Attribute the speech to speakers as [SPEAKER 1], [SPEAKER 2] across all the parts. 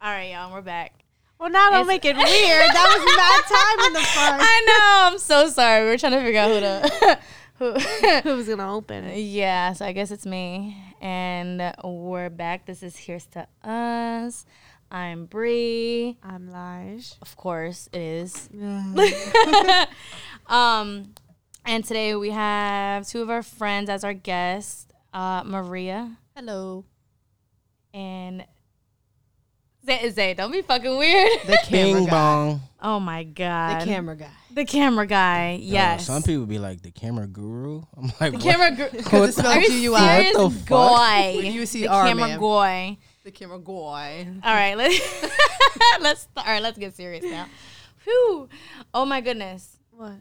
[SPEAKER 1] All right, y'all, we're back.
[SPEAKER 2] Well, now
[SPEAKER 1] It's-
[SPEAKER 2] don't make it weird. That was mad time in the front.
[SPEAKER 1] I know. I'm so sorry. We were trying to figure out who to who.
[SPEAKER 2] Who's gonna open it?
[SPEAKER 1] yeah. So I guess it's me, and we're back. This is here's to us. I'm Bree.
[SPEAKER 2] I'm Lige.
[SPEAKER 1] Of course, it is.
[SPEAKER 2] Ugh.
[SPEAKER 1] Um, and today we have two of our friends as our guests, uh, Maria
[SPEAKER 2] Hello.
[SPEAKER 1] and Zay. Zay, don't be fucking weird.
[SPEAKER 3] The King
[SPEAKER 2] guy.
[SPEAKER 3] Bong.
[SPEAKER 1] Oh my god.
[SPEAKER 2] The camera guy.
[SPEAKER 1] The camera guy.
[SPEAKER 3] Yeah,
[SPEAKER 1] Yes.
[SPEAKER 3] Oh, some people be like the camera guru. I'm
[SPEAKER 1] the
[SPEAKER 3] like, what?
[SPEAKER 1] camera. Gr-
[SPEAKER 3] What
[SPEAKER 4] It's
[SPEAKER 3] the-
[SPEAKER 1] Are
[SPEAKER 4] spelled
[SPEAKER 1] you
[SPEAKER 4] G U I.
[SPEAKER 1] serious?
[SPEAKER 3] What the fuck?
[SPEAKER 1] Goy.
[SPEAKER 4] With UCR,
[SPEAKER 1] the camera
[SPEAKER 4] ma'am.
[SPEAKER 1] goy.
[SPEAKER 4] The camera guy.
[SPEAKER 1] All right, let's let's all right. Let's get serious now. Whew. Oh my goodness.
[SPEAKER 2] What?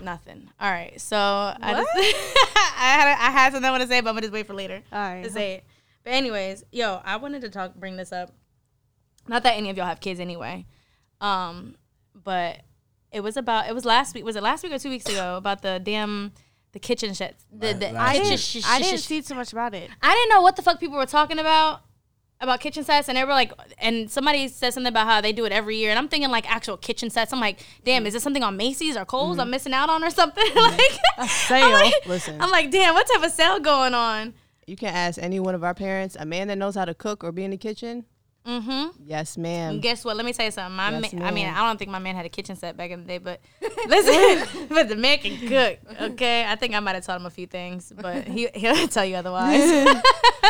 [SPEAKER 1] Nothing. All right. So I just I had I had something I want to say, but I'm gonna just wait for later
[SPEAKER 2] All right.
[SPEAKER 1] to say it. But anyways, yo, I wanted to talk, bring this up. Not that any of y'all have kids anyway, um, but it was about it was last week. Was it last week or two weeks ago about the damn the kitchen shit? The,
[SPEAKER 3] Last-
[SPEAKER 1] the
[SPEAKER 3] last
[SPEAKER 2] I
[SPEAKER 1] kitchen
[SPEAKER 3] week.
[SPEAKER 1] sh-
[SPEAKER 2] didn't,
[SPEAKER 1] sh-
[SPEAKER 2] I
[SPEAKER 1] sh-
[SPEAKER 2] didn't
[SPEAKER 1] sh-
[SPEAKER 2] see too much about it.
[SPEAKER 1] I didn't know what the fuck people were talking about about kitchen sets, and they were like, and somebody said something about how they do it every year, and I'm thinking like actual kitchen sets. I'm like, damn, is this something on Macy's or Kohl's
[SPEAKER 4] Mm-hmm.
[SPEAKER 1] I'm missing out on or something? like,
[SPEAKER 4] sale.
[SPEAKER 1] I'm like,
[SPEAKER 4] oh, Listen.
[SPEAKER 1] I'm like, damn, what type of sale going on?
[SPEAKER 4] You can ask any one of our parents. A man that knows how to cook or be in the kitchen.
[SPEAKER 1] Mm-hmm.
[SPEAKER 4] Yes, ma'am.
[SPEAKER 1] Guess what? Let me tell you something. My
[SPEAKER 4] Yes,
[SPEAKER 1] ma- I mean,
[SPEAKER 4] ma'am.
[SPEAKER 1] I don't think my man had a kitchen set back in the day, but listen, but the man can cook. Okay, I think I might have taught him a few things, but he he'll tell you otherwise.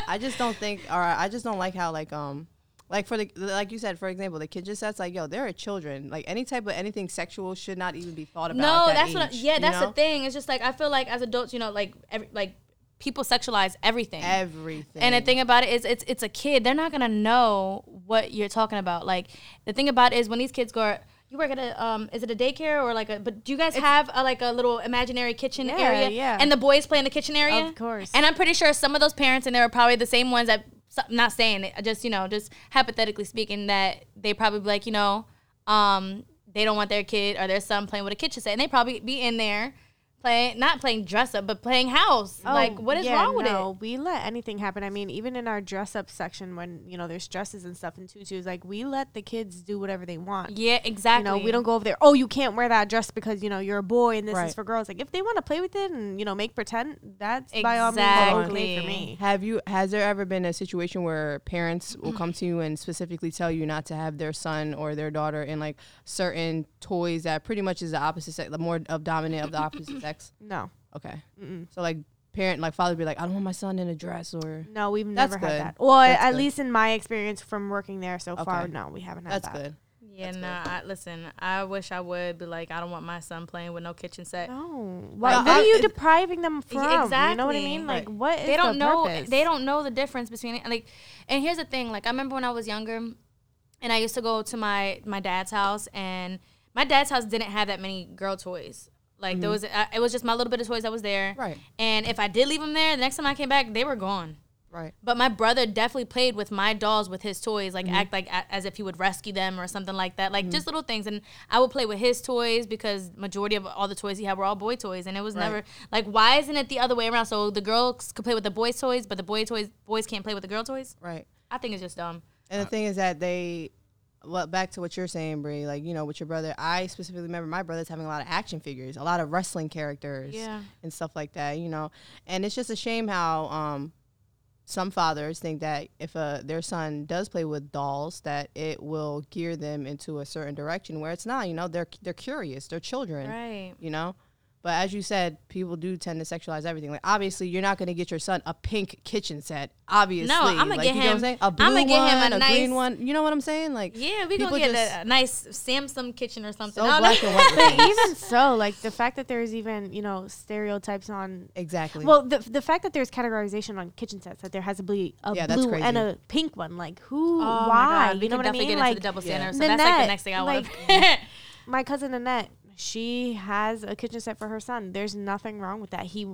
[SPEAKER 4] I just don't think, or I just don't like how like um. Like for the like you said, for example, the kitchen sets. Like, yo, there are children. Like any type of anything sexual should not even be thought about.
[SPEAKER 1] No,
[SPEAKER 4] at that
[SPEAKER 1] that's what. I,
[SPEAKER 4] age,
[SPEAKER 1] yeah,
[SPEAKER 4] you
[SPEAKER 1] that's
[SPEAKER 4] know?
[SPEAKER 1] the thing. It's just like I feel like as adults, you know, like every, like people sexualize everything.
[SPEAKER 4] Everything.
[SPEAKER 1] and the thing about it is, it's it's a kid. They're not gonna know what you're talking about. Like the thing about it is when these kids go, you work at a um, is it a daycare or like a? But do you guys have a, like a little imaginary kitchen
[SPEAKER 2] Yeah,
[SPEAKER 1] area?
[SPEAKER 2] yeah.
[SPEAKER 1] And the boys play in the kitchen area.
[SPEAKER 2] Of course.
[SPEAKER 1] And I'm pretty sure some of those parents and they were probably the same ones that so- not saying it, just you know, just hypothetically speaking, that they probably be like you know, um, they don't want their kid or their son playing with a kitchen set, and they probably be in there playing, not playing dress up, but playing house. like, what is
[SPEAKER 2] Oh, yeah,
[SPEAKER 1] wrong with
[SPEAKER 2] no,
[SPEAKER 1] it?
[SPEAKER 2] We let anything happen. I mean, even in our dress up section, when you know there's dresses and stuff and tutus, like we let the kids do whatever they want.
[SPEAKER 1] Yeah, exactly.
[SPEAKER 2] You know, we don't go over there. Oh, you can't wear that dress because you know you're a boy and this is
[SPEAKER 4] Right.
[SPEAKER 2] for girls. Like if they want to play with it and you know make pretend, that's by all means okay for
[SPEAKER 1] Exactly.
[SPEAKER 2] me.
[SPEAKER 4] Have you? Has there ever been a situation where parents will come to you and specifically tell you not to have their son or their daughter in like certain toys that pretty much is the opposite sex, the more of dominant of the opposite sex?
[SPEAKER 2] No,
[SPEAKER 4] Okay. So like parent, like father, be like, I don't want my son in a dress or.
[SPEAKER 2] no, we've
[SPEAKER 4] That's
[SPEAKER 2] never had
[SPEAKER 4] good.
[SPEAKER 2] that. Well,
[SPEAKER 4] That's
[SPEAKER 2] at
[SPEAKER 4] good.
[SPEAKER 2] least in my experience from working there so far,
[SPEAKER 4] Okay.
[SPEAKER 2] no, we haven't had
[SPEAKER 4] That's
[SPEAKER 2] that.
[SPEAKER 4] good.
[SPEAKER 1] Yeah, nah. I, listen, I wish I would, but like, I don't want my son playing with no kitchen set.
[SPEAKER 2] No, Why-
[SPEAKER 4] Like,
[SPEAKER 2] what are
[SPEAKER 4] I-
[SPEAKER 2] you
[SPEAKER 4] it-
[SPEAKER 2] depriving them from? You know what I
[SPEAKER 1] E, exactly.
[SPEAKER 2] mean? Like what is
[SPEAKER 1] they don't
[SPEAKER 2] the
[SPEAKER 1] know.
[SPEAKER 2] purpose?
[SPEAKER 1] They don't know the difference between it. like. And here's the thing. Like, I remember when I was younger, and I used to go to my my dad's house, and my dad's house didn't have that many girl toys. Like
[SPEAKER 2] Mm-hmm.
[SPEAKER 1] there was, I, it was just my little bit of toys that was there.
[SPEAKER 4] Right.
[SPEAKER 1] And if I did leave them there, the next time I came back, they were gone.
[SPEAKER 4] Right.
[SPEAKER 1] But my brother definitely played with my dolls with his toys, like act like a- as if he would rescue them or something like that, like just little things. And I would play with his toys because majority of all the toys he had were all boy toys, and it was never like why isn't it the other way around? So the girls could play with the boys' toys, but the boy toys boys can't play with the girl toys.
[SPEAKER 4] Right.
[SPEAKER 1] I think it's just dumb.
[SPEAKER 4] And the thing is that they, well, back to what you're saying, Brie, like, you know, with your brother, I specifically remember my brother's having a lot of action figures, a lot of wrestling characters
[SPEAKER 1] Yeah.
[SPEAKER 4] and stuff like that, you know. And it's just a shame how um, some fathers think that if uh, their son does play with dolls, that it will gear them into a certain direction where it's not, you know, they're, they're curious, they're children
[SPEAKER 1] Right.
[SPEAKER 4] you know but as you said people do tend to sexualize everything like obviously you're not going to get your son a pink kitchen set obviously
[SPEAKER 1] No, I'ma
[SPEAKER 4] like,
[SPEAKER 1] get
[SPEAKER 4] you know what
[SPEAKER 1] him-
[SPEAKER 4] I'm saying? a
[SPEAKER 1] I'ma
[SPEAKER 4] blue
[SPEAKER 1] get him a
[SPEAKER 4] one, a,
[SPEAKER 1] nice-
[SPEAKER 4] green one you know what i'm saying like
[SPEAKER 1] Yeah, we
[SPEAKER 4] people
[SPEAKER 1] gonna get
[SPEAKER 4] just
[SPEAKER 1] a, a nice Samsung kitchen or something.
[SPEAKER 4] so
[SPEAKER 1] I don't
[SPEAKER 4] black
[SPEAKER 1] know.
[SPEAKER 4] and white with
[SPEAKER 2] But
[SPEAKER 4] things.
[SPEAKER 2] even so, like the fact that there's even you know stereotypes on.
[SPEAKER 4] exactly
[SPEAKER 2] Well, the, the fact that there's categorization on kitchen sets that there has to be a
[SPEAKER 4] Yeah, that's
[SPEAKER 2] blue
[SPEAKER 4] crazy.
[SPEAKER 2] and a pink one, like
[SPEAKER 1] Oh
[SPEAKER 2] who,
[SPEAKER 1] my
[SPEAKER 2] why?
[SPEAKER 1] God, we
[SPEAKER 2] You know
[SPEAKER 1] can
[SPEAKER 2] what I
[SPEAKER 1] definitely
[SPEAKER 2] mean?
[SPEAKER 1] Get into
[SPEAKER 2] like
[SPEAKER 1] the double standard.
[SPEAKER 4] Yeah.
[SPEAKER 1] So that's like the
[SPEAKER 2] Nanette,
[SPEAKER 1] next thing I want.
[SPEAKER 2] like-
[SPEAKER 1] to
[SPEAKER 2] my cousin Annette, she has a kitchen set for her son. There's nothing wrong with that. He,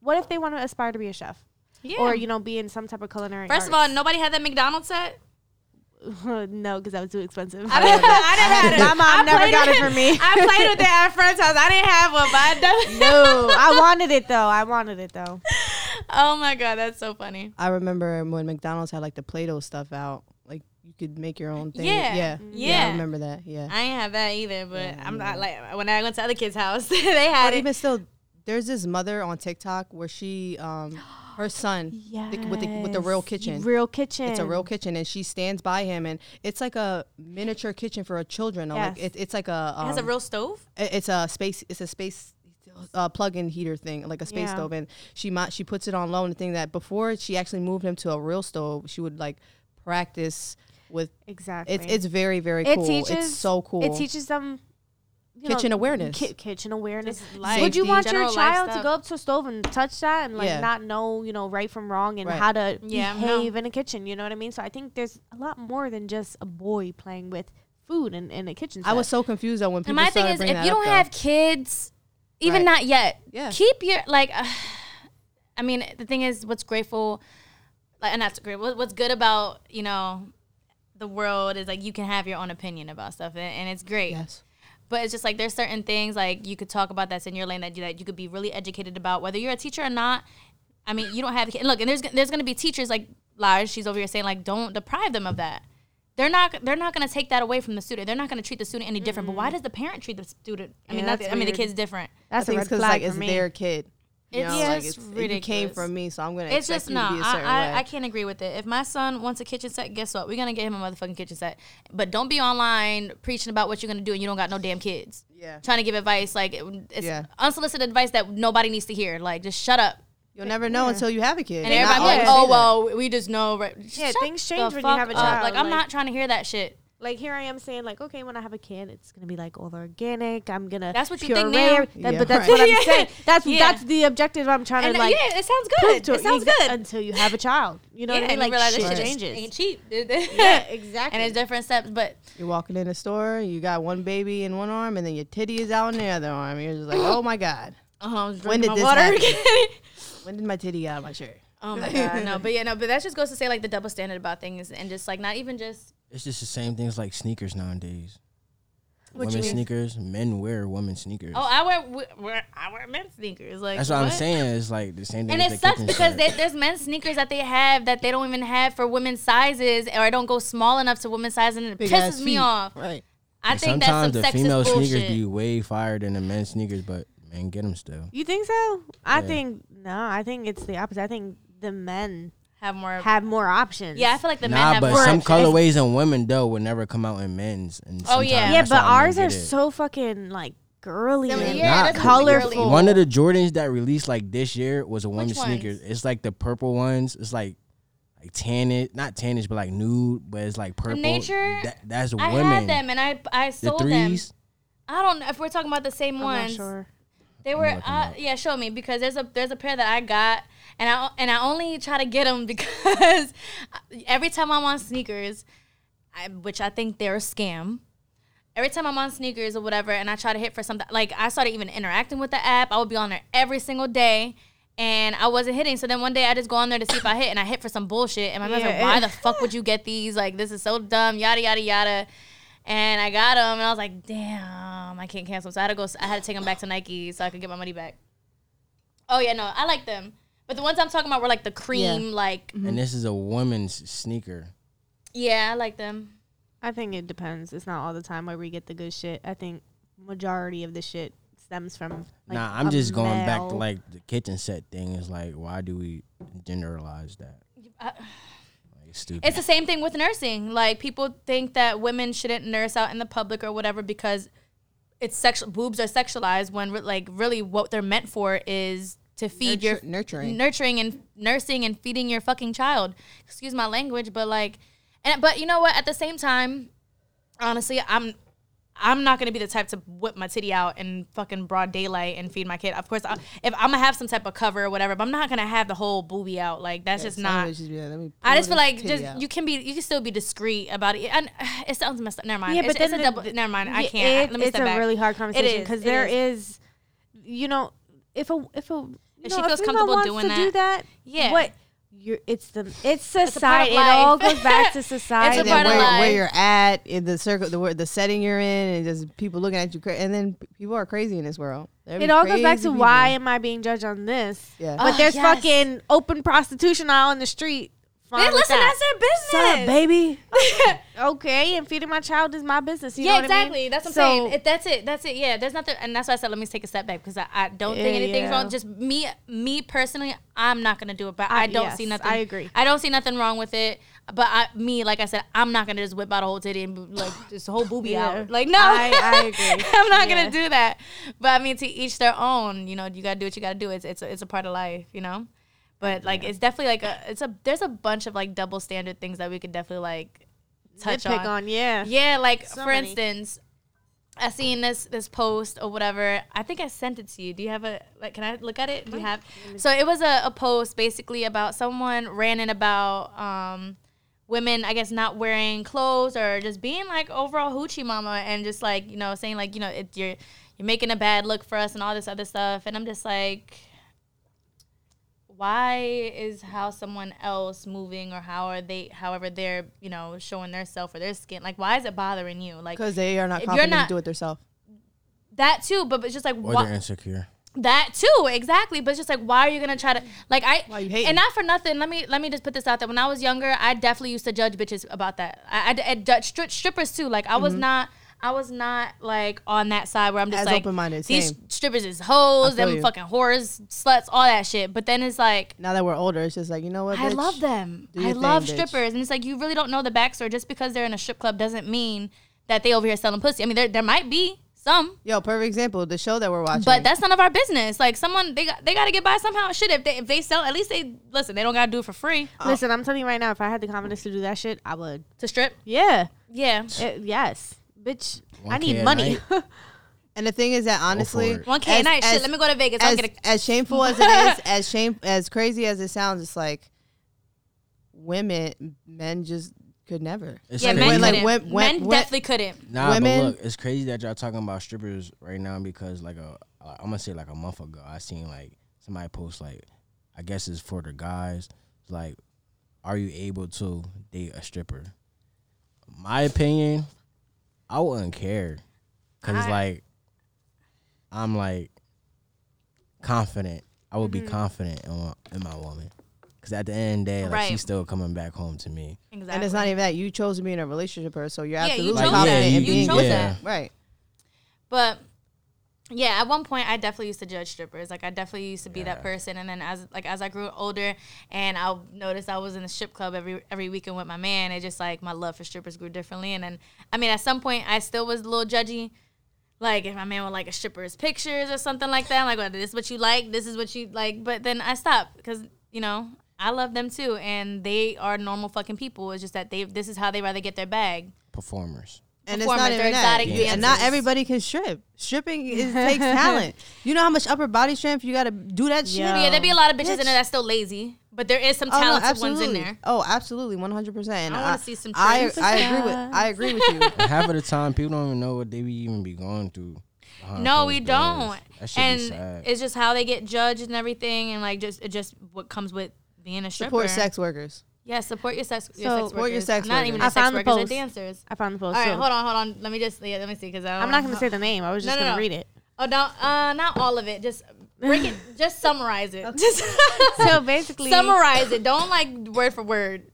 [SPEAKER 2] what if they want to aspire to be a chef
[SPEAKER 1] yeah.
[SPEAKER 2] or you know be in some type of culinary?
[SPEAKER 1] First of all, nobody had that McDonald's set.
[SPEAKER 2] all, no, because that was too expensive.
[SPEAKER 1] I never, I never had it.
[SPEAKER 2] My mom never
[SPEAKER 1] played
[SPEAKER 2] got
[SPEAKER 1] with
[SPEAKER 2] it for me.
[SPEAKER 1] I played with it at a friend's house. I didn't have one, but I definitely.
[SPEAKER 2] no, I wanted it though. I wanted it though.
[SPEAKER 1] Oh my god, that's so funny.
[SPEAKER 4] i remember when mcdonald's had like the play-doh stuff out like you could make your own thing.
[SPEAKER 1] Yeah.
[SPEAKER 4] yeah, I
[SPEAKER 1] Yeah.
[SPEAKER 4] remember that. Yeah,
[SPEAKER 1] I ain't have that either, but I'm not like when I went to other kids' house, they had
[SPEAKER 4] but
[SPEAKER 1] it.
[SPEAKER 4] even still, there's this mother on TikTok where she, um, her son, the- with the with the real kitchen.
[SPEAKER 2] Real kitchen.
[SPEAKER 4] It's a real kitchen, and she stands by him, and it's like a miniature kitchen for her children. or Like
[SPEAKER 2] Yes.
[SPEAKER 4] it, it's like a um,
[SPEAKER 1] It has a real stove.
[SPEAKER 4] it- it's a space it's a space uh, plug-in heater thing like a space
[SPEAKER 2] Yeah.
[SPEAKER 4] stove and she might she puts it on low and the thing that before she actually moved him to a real stove she would like practice with
[SPEAKER 2] Exactly.
[SPEAKER 4] it's it's very very
[SPEAKER 2] It
[SPEAKER 4] cool it's
[SPEAKER 2] teaches-
[SPEAKER 4] so cool
[SPEAKER 2] It teaches them you know,
[SPEAKER 4] Kitchen awareness.
[SPEAKER 2] ki- kitchen awareness.
[SPEAKER 1] Just life,
[SPEAKER 2] Would you
[SPEAKER 1] the
[SPEAKER 2] want your
[SPEAKER 1] general life
[SPEAKER 2] child to
[SPEAKER 1] stuff.
[SPEAKER 2] go up to a stove and touch that and like
[SPEAKER 4] Yeah.
[SPEAKER 2] not know, you know, right from wrong and
[SPEAKER 4] Right.
[SPEAKER 2] how to
[SPEAKER 1] Yeah, no.
[SPEAKER 2] behave in a kitchen? You know what I mean? So I think there's a lot more than just a boy playing with food in, in a kitchen.
[SPEAKER 4] i
[SPEAKER 2] set.
[SPEAKER 4] was so confused though when people
[SPEAKER 1] And my thing
[SPEAKER 4] started
[SPEAKER 1] is, if
[SPEAKER 4] bringing
[SPEAKER 1] you
[SPEAKER 4] that up,
[SPEAKER 1] don't
[SPEAKER 4] though.
[SPEAKER 1] have kids, even
[SPEAKER 4] Right.
[SPEAKER 1] not yet,
[SPEAKER 4] Yeah.
[SPEAKER 1] keep your like. Uh, I mean, the thing is, what's grateful, like, and that's great. What, what's good about you know, the world is like you can have your own opinion about stuff, and, and it's great.
[SPEAKER 4] yes
[SPEAKER 1] But it's just like there's certain things like you could talk about that's in your lane that you that you could be really educated about, whether you're a teacher or not. I mean, you don't have and look, and there's there's gonna be teachers like Laj. She's over here saying like, don't deprive them of that. They're not they're not gonna take that away from the student. They're not gonna treat the student any different.
[SPEAKER 4] Mm-hmm.
[SPEAKER 1] But why does the parent treat the student? I mean,
[SPEAKER 2] Yeah,
[SPEAKER 1] that's,
[SPEAKER 2] that's
[SPEAKER 1] I mean, the
[SPEAKER 2] weird.
[SPEAKER 1] kid's different.
[SPEAKER 2] That's a
[SPEAKER 4] I think
[SPEAKER 2] red
[SPEAKER 4] it's 'cause,
[SPEAKER 2] flag
[SPEAKER 4] like
[SPEAKER 2] for
[SPEAKER 4] it's
[SPEAKER 2] me.
[SPEAKER 4] their kid you
[SPEAKER 1] It's
[SPEAKER 4] know, like
[SPEAKER 1] just
[SPEAKER 4] it's, it- you came
[SPEAKER 1] ridiculous.
[SPEAKER 4] from me so i'm gonna
[SPEAKER 1] It's just
[SPEAKER 4] expect you
[SPEAKER 1] no.
[SPEAKER 4] to be a
[SPEAKER 1] I,
[SPEAKER 4] certain way
[SPEAKER 1] I, I can't agree with it. If my son wants a kitchen set, guess what? We're gonna get him a motherfucking kitchen set. But don't be online preaching about what you're gonna do and you don't got no damn kids.
[SPEAKER 4] Yeah.
[SPEAKER 1] Trying to give advice like it- it's
[SPEAKER 4] Yeah.
[SPEAKER 1] unsolicited advice that nobody needs to hear. Like just shut up.
[SPEAKER 4] you'll never know until you have a kid
[SPEAKER 1] And
[SPEAKER 4] I
[SPEAKER 1] everybody like,
[SPEAKER 4] always say
[SPEAKER 1] oh
[SPEAKER 4] that.
[SPEAKER 1] well, we just know. Right?
[SPEAKER 2] Yeah,
[SPEAKER 1] Shut
[SPEAKER 2] things
[SPEAKER 1] the
[SPEAKER 2] change when you
[SPEAKER 1] fuck
[SPEAKER 2] have a
[SPEAKER 1] up.
[SPEAKER 2] child,
[SPEAKER 1] Like I'm
[SPEAKER 2] like-
[SPEAKER 1] not trying to hear that shit.
[SPEAKER 2] Like here I am saying like, okay, when I have a kid, it's gonna be like all organic. I'm gonna
[SPEAKER 1] That's what you
[SPEAKER 2] puree
[SPEAKER 1] think now?
[SPEAKER 2] it. That-
[SPEAKER 4] Yeah.
[SPEAKER 2] but that's
[SPEAKER 4] Right.
[SPEAKER 2] what I'm
[SPEAKER 1] Yeah.
[SPEAKER 2] saying. That's
[SPEAKER 1] Yeah.
[SPEAKER 2] that's the objective I'm trying
[SPEAKER 1] And uh,
[SPEAKER 2] to like.
[SPEAKER 1] yeah, it sounds
[SPEAKER 2] prove
[SPEAKER 1] good.
[SPEAKER 2] to
[SPEAKER 1] It sounds
[SPEAKER 2] exa-
[SPEAKER 1] good.
[SPEAKER 2] until you have a child. You know
[SPEAKER 1] yeah,
[SPEAKER 2] what I mean?
[SPEAKER 1] and you realize
[SPEAKER 2] Like
[SPEAKER 1] that
[SPEAKER 2] shit
[SPEAKER 1] shit just
[SPEAKER 2] changes.
[SPEAKER 1] ain't cheap. yeah,
[SPEAKER 2] Yeah, exactly.
[SPEAKER 1] And there's different steps, but
[SPEAKER 4] You're walking in the store, you got one baby in one arm, and then your titty is out in the other arm. You're just like, oh my god,
[SPEAKER 1] oh, I was
[SPEAKER 4] When
[SPEAKER 1] drinking
[SPEAKER 4] did
[SPEAKER 1] my
[SPEAKER 4] this
[SPEAKER 1] water.
[SPEAKER 4] when did my titty get out of my shirt?
[SPEAKER 1] Oh my god, no, but yeah, no, but that just goes to say like the double standard about things, and just like not even just
[SPEAKER 3] It's just the same things like sneakers nowadays. Women
[SPEAKER 1] you mean?
[SPEAKER 3] sneakers, men wear women sneakers.
[SPEAKER 1] oh, I wear, we- wear I wear men's sneakers. Like
[SPEAKER 3] That's what, I'm
[SPEAKER 1] what?
[SPEAKER 3] saying. It's like the same thing.
[SPEAKER 1] And
[SPEAKER 3] as
[SPEAKER 1] it
[SPEAKER 3] the
[SPEAKER 1] sucks
[SPEAKER 3] kitchen
[SPEAKER 1] because
[SPEAKER 3] set.
[SPEAKER 1] there- there's men's sneakers that they have that they don't even have for women's sizes, or don't go small enough to women's sizes, and it pisses me off.
[SPEAKER 4] Right.
[SPEAKER 1] I
[SPEAKER 3] And
[SPEAKER 1] think that's some
[SPEAKER 3] sometimes the
[SPEAKER 1] sexist
[SPEAKER 3] female
[SPEAKER 1] bullshit.
[SPEAKER 3] sneakers be way fire than the men's sneakers, but man, get them still.
[SPEAKER 2] You think so? I think no. I think it's the opposite. I think the men
[SPEAKER 1] have more.
[SPEAKER 2] have more options.
[SPEAKER 1] yeah, I feel like the men
[SPEAKER 3] Nah,
[SPEAKER 1] have
[SPEAKER 3] but
[SPEAKER 1] more.
[SPEAKER 3] some
[SPEAKER 1] options.
[SPEAKER 3] colorways in women though would never come out in men's. And
[SPEAKER 1] Oh, yeah.
[SPEAKER 2] yeah,
[SPEAKER 3] sometimes that's
[SPEAKER 2] but
[SPEAKER 3] why men
[SPEAKER 2] ours are
[SPEAKER 3] get it.
[SPEAKER 2] so fucking like girly.
[SPEAKER 1] Yeah,
[SPEAKER 2] and
[SPEAKER 1] yeah,
[SPEAKER 3] Nah,
[SPEAKER 1] that's
[SPEAKER 2] colorful.
[SPEAKER 1] really-
[SPEAKER 3] One of the Jordans that released like this year was a woman's
[SPEAKER 1] ones?
[SPEAKER 3] sneaker. It's like the purple ones. It's like like tannish, not tannish, but like nude, but it's like purple.
[SPEAKER 1] nature-
[SPEAKER 3] That, that's
[SPEAKER 1] I had
[SPEAKER 3] women.
[SPEAKER 1] them and I I
[SPEAKER 3] the
[SPEAKER 1] sold them.
[SPEAKER 3] threes.
[SPEAKER 1] I don't know if we're talking about the same
[SPEAKER 2] I'm not
[SPEAKER 1] ones.
[SPEAKER 2] sure.
[SPEAKER 1] They were,
[SPEAKER 3] look 'em
[SPEAKER 1] uh,
[SPEAKER 3] up.
[SPEAKER 1] yeah. Show me because there's a there's a pair that I got, and I and I only try to get them because every time I'm on sneakers, I, which I think they're a scam. Every time I'm on sneakers or whatever, and I try to hit for something, like I started even interacting with the app. I would be on there every single day, and I wasn't hitting. So then one day I just go on there to see if I hit, and I hit for some bullshit. And my man's like,
[SPEAKER 2] Yeah.
[SPEAKER 1] "Why the fuck would you get these? Like this is so dumb." Yada yada yada. And I got them, and I was like, "Damn, I can't cancel." So I had to go. I had to take them back to Nike so I could get my money back. Oh yeah, no, I like them, but the ones I'm talking about were like the cream, like
[SPEAKER 3] And this is a woman's sneaker.
[SPEAKER 1] yeah, I like them.
[SPEAKER 2] I think it depends. It's not all the time where we get the good shit. I think majority of the shit stems from. Like,
[SPEAKER 3] nah, I'm
[SPEAKER 2] a
[SPEAKER 3] just going back to
[SPEAKER 2] male.
[SPEAKER 3] like the kitchen set thing. Is like, why do we generalize that?
[SPEAKER 1] I-
[SPEAKER 3] Like, it's stupid.
[SPEAKER 1] uh, It's the same thing with nursing. Like people think that women shouldn't nurse out in the public or whatever because it's sexual boobs are sexualized when re- like really what they're meant for is to feed your
[SPEAKER 4] Nurtur- nurturing.
[SPEAKER 1] nurturing and nursing and feeding your fucking child. Excuse my language, but like and but you know what at the same time honestly, I'm I'm not gonna be the type to whip my titty out in fucking broad daylight and feed my kid. Of course, I, if I'm gonna have some type of cover or whatever, but I'm not gonna have the whole boobie out. Like that's just not. I just feel like just you can be you can still be discreet about it. And it sounds messed up. Never mind.
[SPEAKER 2] Yeah,
[SPEAKER 1] it's,
[SPEAKER 2] but
[SPEAKER 1] it's
[SPEAKER 2] then
[SPEAKER 1] a
[SPEAKER 2] the-
[SPEAKER 1] double. never mind. I
[SPEAKER 2] Yeah,
[SPEAKER 1] can't.
[SPEAKER 2] it-
[SPEAKER 1] Let me
[SPEAKER 2] it's
[SPEAKER 1] step
[SPEAKER 2] a
[SPEAKER 1] back.
[SPEAKER 2] really hard conversation
[SPEAKER 1] is,
[SPEAKER 2] because
[SPEAKER 1] it
[SPEAKER 2] there
[SPEAKER 1] is.
[SPEAKER 2] is. you know, if a if a you
[SPEAKER 1] If
[SPEAKER 2] know,
[SPEAKER 1] she
[SPEAKER 2] a
[SPEAKER 1] feels
[SPEAKER 2] female
[SPEAKER 1] comfortable
[SPEAKER 2] wants
[SPEAKER 1] doing
[SPEAKER 2] to do that,
[SPEAKER 1] Yeah.
[SPEAKER 2] what you're it's the it's
[SPEAKER 1] a part
[SPEAKER 2] society.
[SPEAKER 1] of
[SPEAKER 2] It all
[SPEAKER 1] life.
[SPEAKER 2] goes back to
[SPEAKER 1] It's a
[SPEAKER 2] society.
[SPEAKER 1] part of
[SPEAKER 4] and then where,
[SPEAKER 1] life.
[SPEAKER 4] where you're at in the circle, the, where- the setting you're in, and just people looking at you crazy. And then p- people are crazy in this world. There
[SPEAKER 2] It
[SPEAKER 4] be
[SPEAKER 2] all goes back to
[SPEAKER 4] crazy
[SPEAKER 2] why
[SPEAKER 4] people.
[SPEAKER 2] am I being judged on this?
[SPEAKER 4] Yeah.
[SPEAKER 2] But
[SPEAKER 1] Oh,
[SPEAKER 2] there's
[SPEAKER 1] yes.
[SPEAKER 2] fucking open prostitution out on the street fine
[SPEAKER 1] Man,
[SPEAKER 2] with
[SPEAKER 1] listen,
[SPEAKER 2] that.
[SPEAKER 1] that's their business.
[SPEAKER 4] baby?
[SPEAKER 2] okay, and feeding my child is my business. You know
[SPEAKER 1] yeah,
[SPEAKER 2] what I mean?
[SPEAKER 1] exactly. That's what I'm
[SPEAKER 2] So-
[SPEAKER 1] saying. It, that's it. That's it. Yeah, there's nothing, and that's why I said let me take a step back because I, I don't
[SPEAKER 2] Yeah,
[SPEAKER 1] think anything's
[SPEAKER 2] yeah.
[SPEAKER 1] wrong. Just me, me personally, I'm not gonna do it, but
[SPEAKER 2] I-
[SPEAKER 1] I, don't
[SPEAKER 2] yes,
[SPEAKER 1] see nothing.
[SPEAKER 2] I agree.
[SPEAKER 1] I don't see nothing wrong with it. But I, me, like I said, I'm not gonna just whip out a whole titty and bo- like just a whole boobie
[SPEAKER 2] Yeah.
[SPEAKER 1] out. Like no,
[SPEAKER 2] I- I agree.
[SPEAKER 1] I'm not
[SPEAKER 2] Yeah.
[SPEAKER 1] gonna do that. But I mean, to each their own. You know, you gotta do what you gotta do. It's it's a, it's a part of life. You know. But like it's definitely like a it's a there's a bunch of like double standard things that we could definitely like touch
[SPEAKER 2] Nitpick on. yeah.
[SPEAKER 1] yeah, like
[SPEAKER 2] So
[SPEAKER 1] for
[SPEAKER 2] many.
[SPEAKER 1] instance, I seen this this post or whatever. I think I sent it to you. Do you have a like? Can I look at it? Do you have? So it was a, a post basically about someone ranting about um, women, I guess, not wearing clothes or just being like overall hoochie mama and just like you know saying like you know it, you're you're making a bad look for us and all this other stuff. And I'm just like. Why is how someone else moving or how are they however they're you know showing their self or their skin like why is it bothering you like
[SPEAKER 4] Because they are not
[SPEAKER 1] If you're
[SPEAKER 4] confident
[SPEAKER 1] not-
[SPEAKER 4] to do it themselves.
[SPEAKER 1] that too but it's just like
[SPEAKER 3] Or
[SPEAKER 1] why,
[SPEAKER 3] they're insecure.
[SPEAKER 1] that too exactly but it's just like why are you gonna try to like i
[SPEAKER 4] Why you hating?
[SPEAKER 1] and not for nothing let me let me just put this out there when i was younger i definitely used to judge bitches about that i, I, I judged stri- strippers too like i was not i was not like on that side where i'm just
[SPEAKER 4] Mm-hmm. As
[SPEAKER 1] like
[SPEAKER 4] open-minded,
[SPEAKER 1] these
[SPEAKER 4] same.
[SPEAKER 1] strippers is
[SPEAKER 4] I
[SPEAKER 1] hoes
[SPEAKER 4] feel
[SPEAKER 1] them
[SPEAKER 4] you.
[SPEAKER 1] fucking whores sluts all that shit but then it's like
[SPEAKER 4] Now that we're older, it's just like, you know what?
[SPEAKER 1] I
[SPEAKER 4] bitch?
[SPEAKER 1] love them.
[SPEAKER 4] Do
[SPEAKER 1] I
[SPEAKER 4] your thing,
[SPEAKER 1] love
[SPEAKER 4] bitch.
[SPEAKER 1] strippers, and it's like you really don't know the backstory. Just because they're in a strip club doesn't mean that they over here selling pussy. I mean, there there might be some,
[SPEAKER 4] Yo, perfect example. The show that we're watching.
[SPEAKER 1] but that's none of our business. Like someone they got they got to get by somehow. Shit, if they if they sell, at least they listen. They don't got to do it for free
[SPEAKER 4] Uh,
[SPEAKER 2] Listen, I'm telling you right now, if I had the confidence to do that shit, I would.
[SPEAKER 1] to strip.
[SPEAKER 2] Yeah.
[SPEAKER 1] Yeah,
[SPEAKER 2] It- yes. Bitch, I
[SPEAKER 3] 1K
[SPEAKER 2] need
[SPEAKER 3] a
[SPEAKER 2] money.
[SPEAKER 4] and the thing is that honestly,
[SPEAKER 3] it.
[SPEAKER 1] one k a
[SPEAKER 4] as-
[SPEAKER 1] night.
[SPEAKER 4] as-
[SPEAKER 1] shit, let me go to Vegas. I'll
[SPEAKER 4] as,
[SPEAKER 1] get a,
[SPEAKER 4] as shameful as it is, as shame as crazy as it sounds, it's like women, men just could never.
[SPEAKER 3] It's
[SPEAKER 1] yeah,
[SPEAKER 3] crazy.
[SPEAKER 1] men
[SPEAKER 4] like,
[SPEAKER 1] couldn't.
[SPEAKER 4] when- when-
[SPEAKER 1] men
[SPEAKER 4] when-
[SPEAKER 1] definitely couldn't.
[SPEAKER 3] Nah,
[SPEAKER 4] Women-
[SPEAKER 3] but look, it's crazy that y'all talking about strippers right now because like a, I'm gonna say like a month ago, I seen like somebody post like, I guess it's for the guys, like, are you able to date a stripper? My opinion, I wouldn't care, cause it's
[SPEAKER 1] I-
[SPEAKER 3] like, I'm like confident. I would
[SPEAKER 1] Mm-hmm.
[SPEAKER 3] be confident in, wa- in my woman, cause at the end of the day, like
[SPEAKER 1] Right.
[SPEAKER 3] she's still coming back home to me.
[SPEAKER 1] Exactly.
[SPEAKER 4] And it's not even that you chose to be in a relationship with her, so you're
[SPEAKER 1] Yeah, you
[SPEAKER 4] absolutely
[SPEAKER 1] chose
[SPEAKER 4] confident
[SPEAKER 1] that.
[SPEAKER 4] in
[SPEAKER 1] You
[SPEAKER 4] being
[SPEAKER 1] chose
[SPEAKER 4] with
[SPEAKER 1] that.
[SPEAKER 4] her. Right.
[SPEAKER 1] But yeah, at one point I definitely used to judge strippers. Like I definitely used to be that person. And then as like as I grew older and I noticed I was in the strip club every every weekend with my man, it just like my love for strippers grew differently. And then I mean at some point I still was a little judgy. Like if my man would like a stripper's pictures or something like that, I'm like, well, this is what you like, this is what you like. But then I stopped because you know I love them too, and they are normal fucking people. It's just that they this is how they rather get their bag.
[SPEAKER 3] Performers.
[SPEAKER 4] And it's not
[SPEAKER 1] Performers or
[SPEAKER 4] even that.
[SPEAKER 1] exotic
[SPEAKER 4] You- And not
[SPEAKER 1] dancers.
[SPEAKER 4] everybody can strip. Stripping is, takes talent. You know how much upper body strength you got to do that shit.
[SPEAKER 2] Yeah.
[SPEAKER 1] Yeah, there'd be a lot of bitches
[SPEAKER 4] Bitch.
[SPEAKER 1] in there that's still lazy, but there is some
[SPEAKER 4] Um, Oh, no,
[SPEAKER 1] talented ones in
[SPEAKER 4] absolutely.
[SPEAKER 1] there.
[SPEAKER 4] Oh, absolutely, one hundred percent.
[SPEAKER 1] I wanna see some
[SPEAKER 4] I,
[SPEAKER 1] trips.
[SPEAKER 4] I agree with. I agree with you.
[SPEAKER 3] And half of the time, people don't even know what they be even be going through. behind
[SPEAKER 1] No,
[SPEAKER 3] closed
[SPEAKER 1] we
[SPEAKER 3] doors.
[SPEAKER 1] don't.
[SPEAKER 3] That shit
[SPEAKER 1] And
[SPEAKER 3] be sad.
[SPEAKER 1] it's just how they get judged and everything, and like just it just what comes with being a stripper.
[SPEAKER 4] Support sex workers.
[SPEAKER 1] Yeah, support your sex. Your
[SPEAKER 2] So-
[SPEAKER 1] sex
[SPEAKER 4] Support your
[SPEAKER 1] workers.
[SPEAKER 4] sex
[SPEAKER 1] Not even
[SPEAKER 4] workers.
[SPEAKER 1] your
[SPEAKER 2] I
[SPEAKER 1] sex
[SPEAKER 2] found the
[SPEAKER 1] workers, they're
[SPEAKER 2] post.
[SPEAKER 1] dancers.
[SPEAKER 2] I found the post.
[SPEAKER 1] All right,
[SPEAKER 2] so-
[SPEAKER 1] hold on, hold on. Let me just yeah, let me see because
[SPEAKER 2] I'm not going to say the name. I was just
[SPEAKER 1] No, no,
[SPEAKER 2] going to
[SPEAKER 1] no.
[SPEAKER 2] read it.
[SPEAKER 1] Oh, don't uh, not all of it. Just break it. just summarize it. Just
[SPEAKER 2] So basically,
[SPEAKER 1] summarize it. Don't like word for word.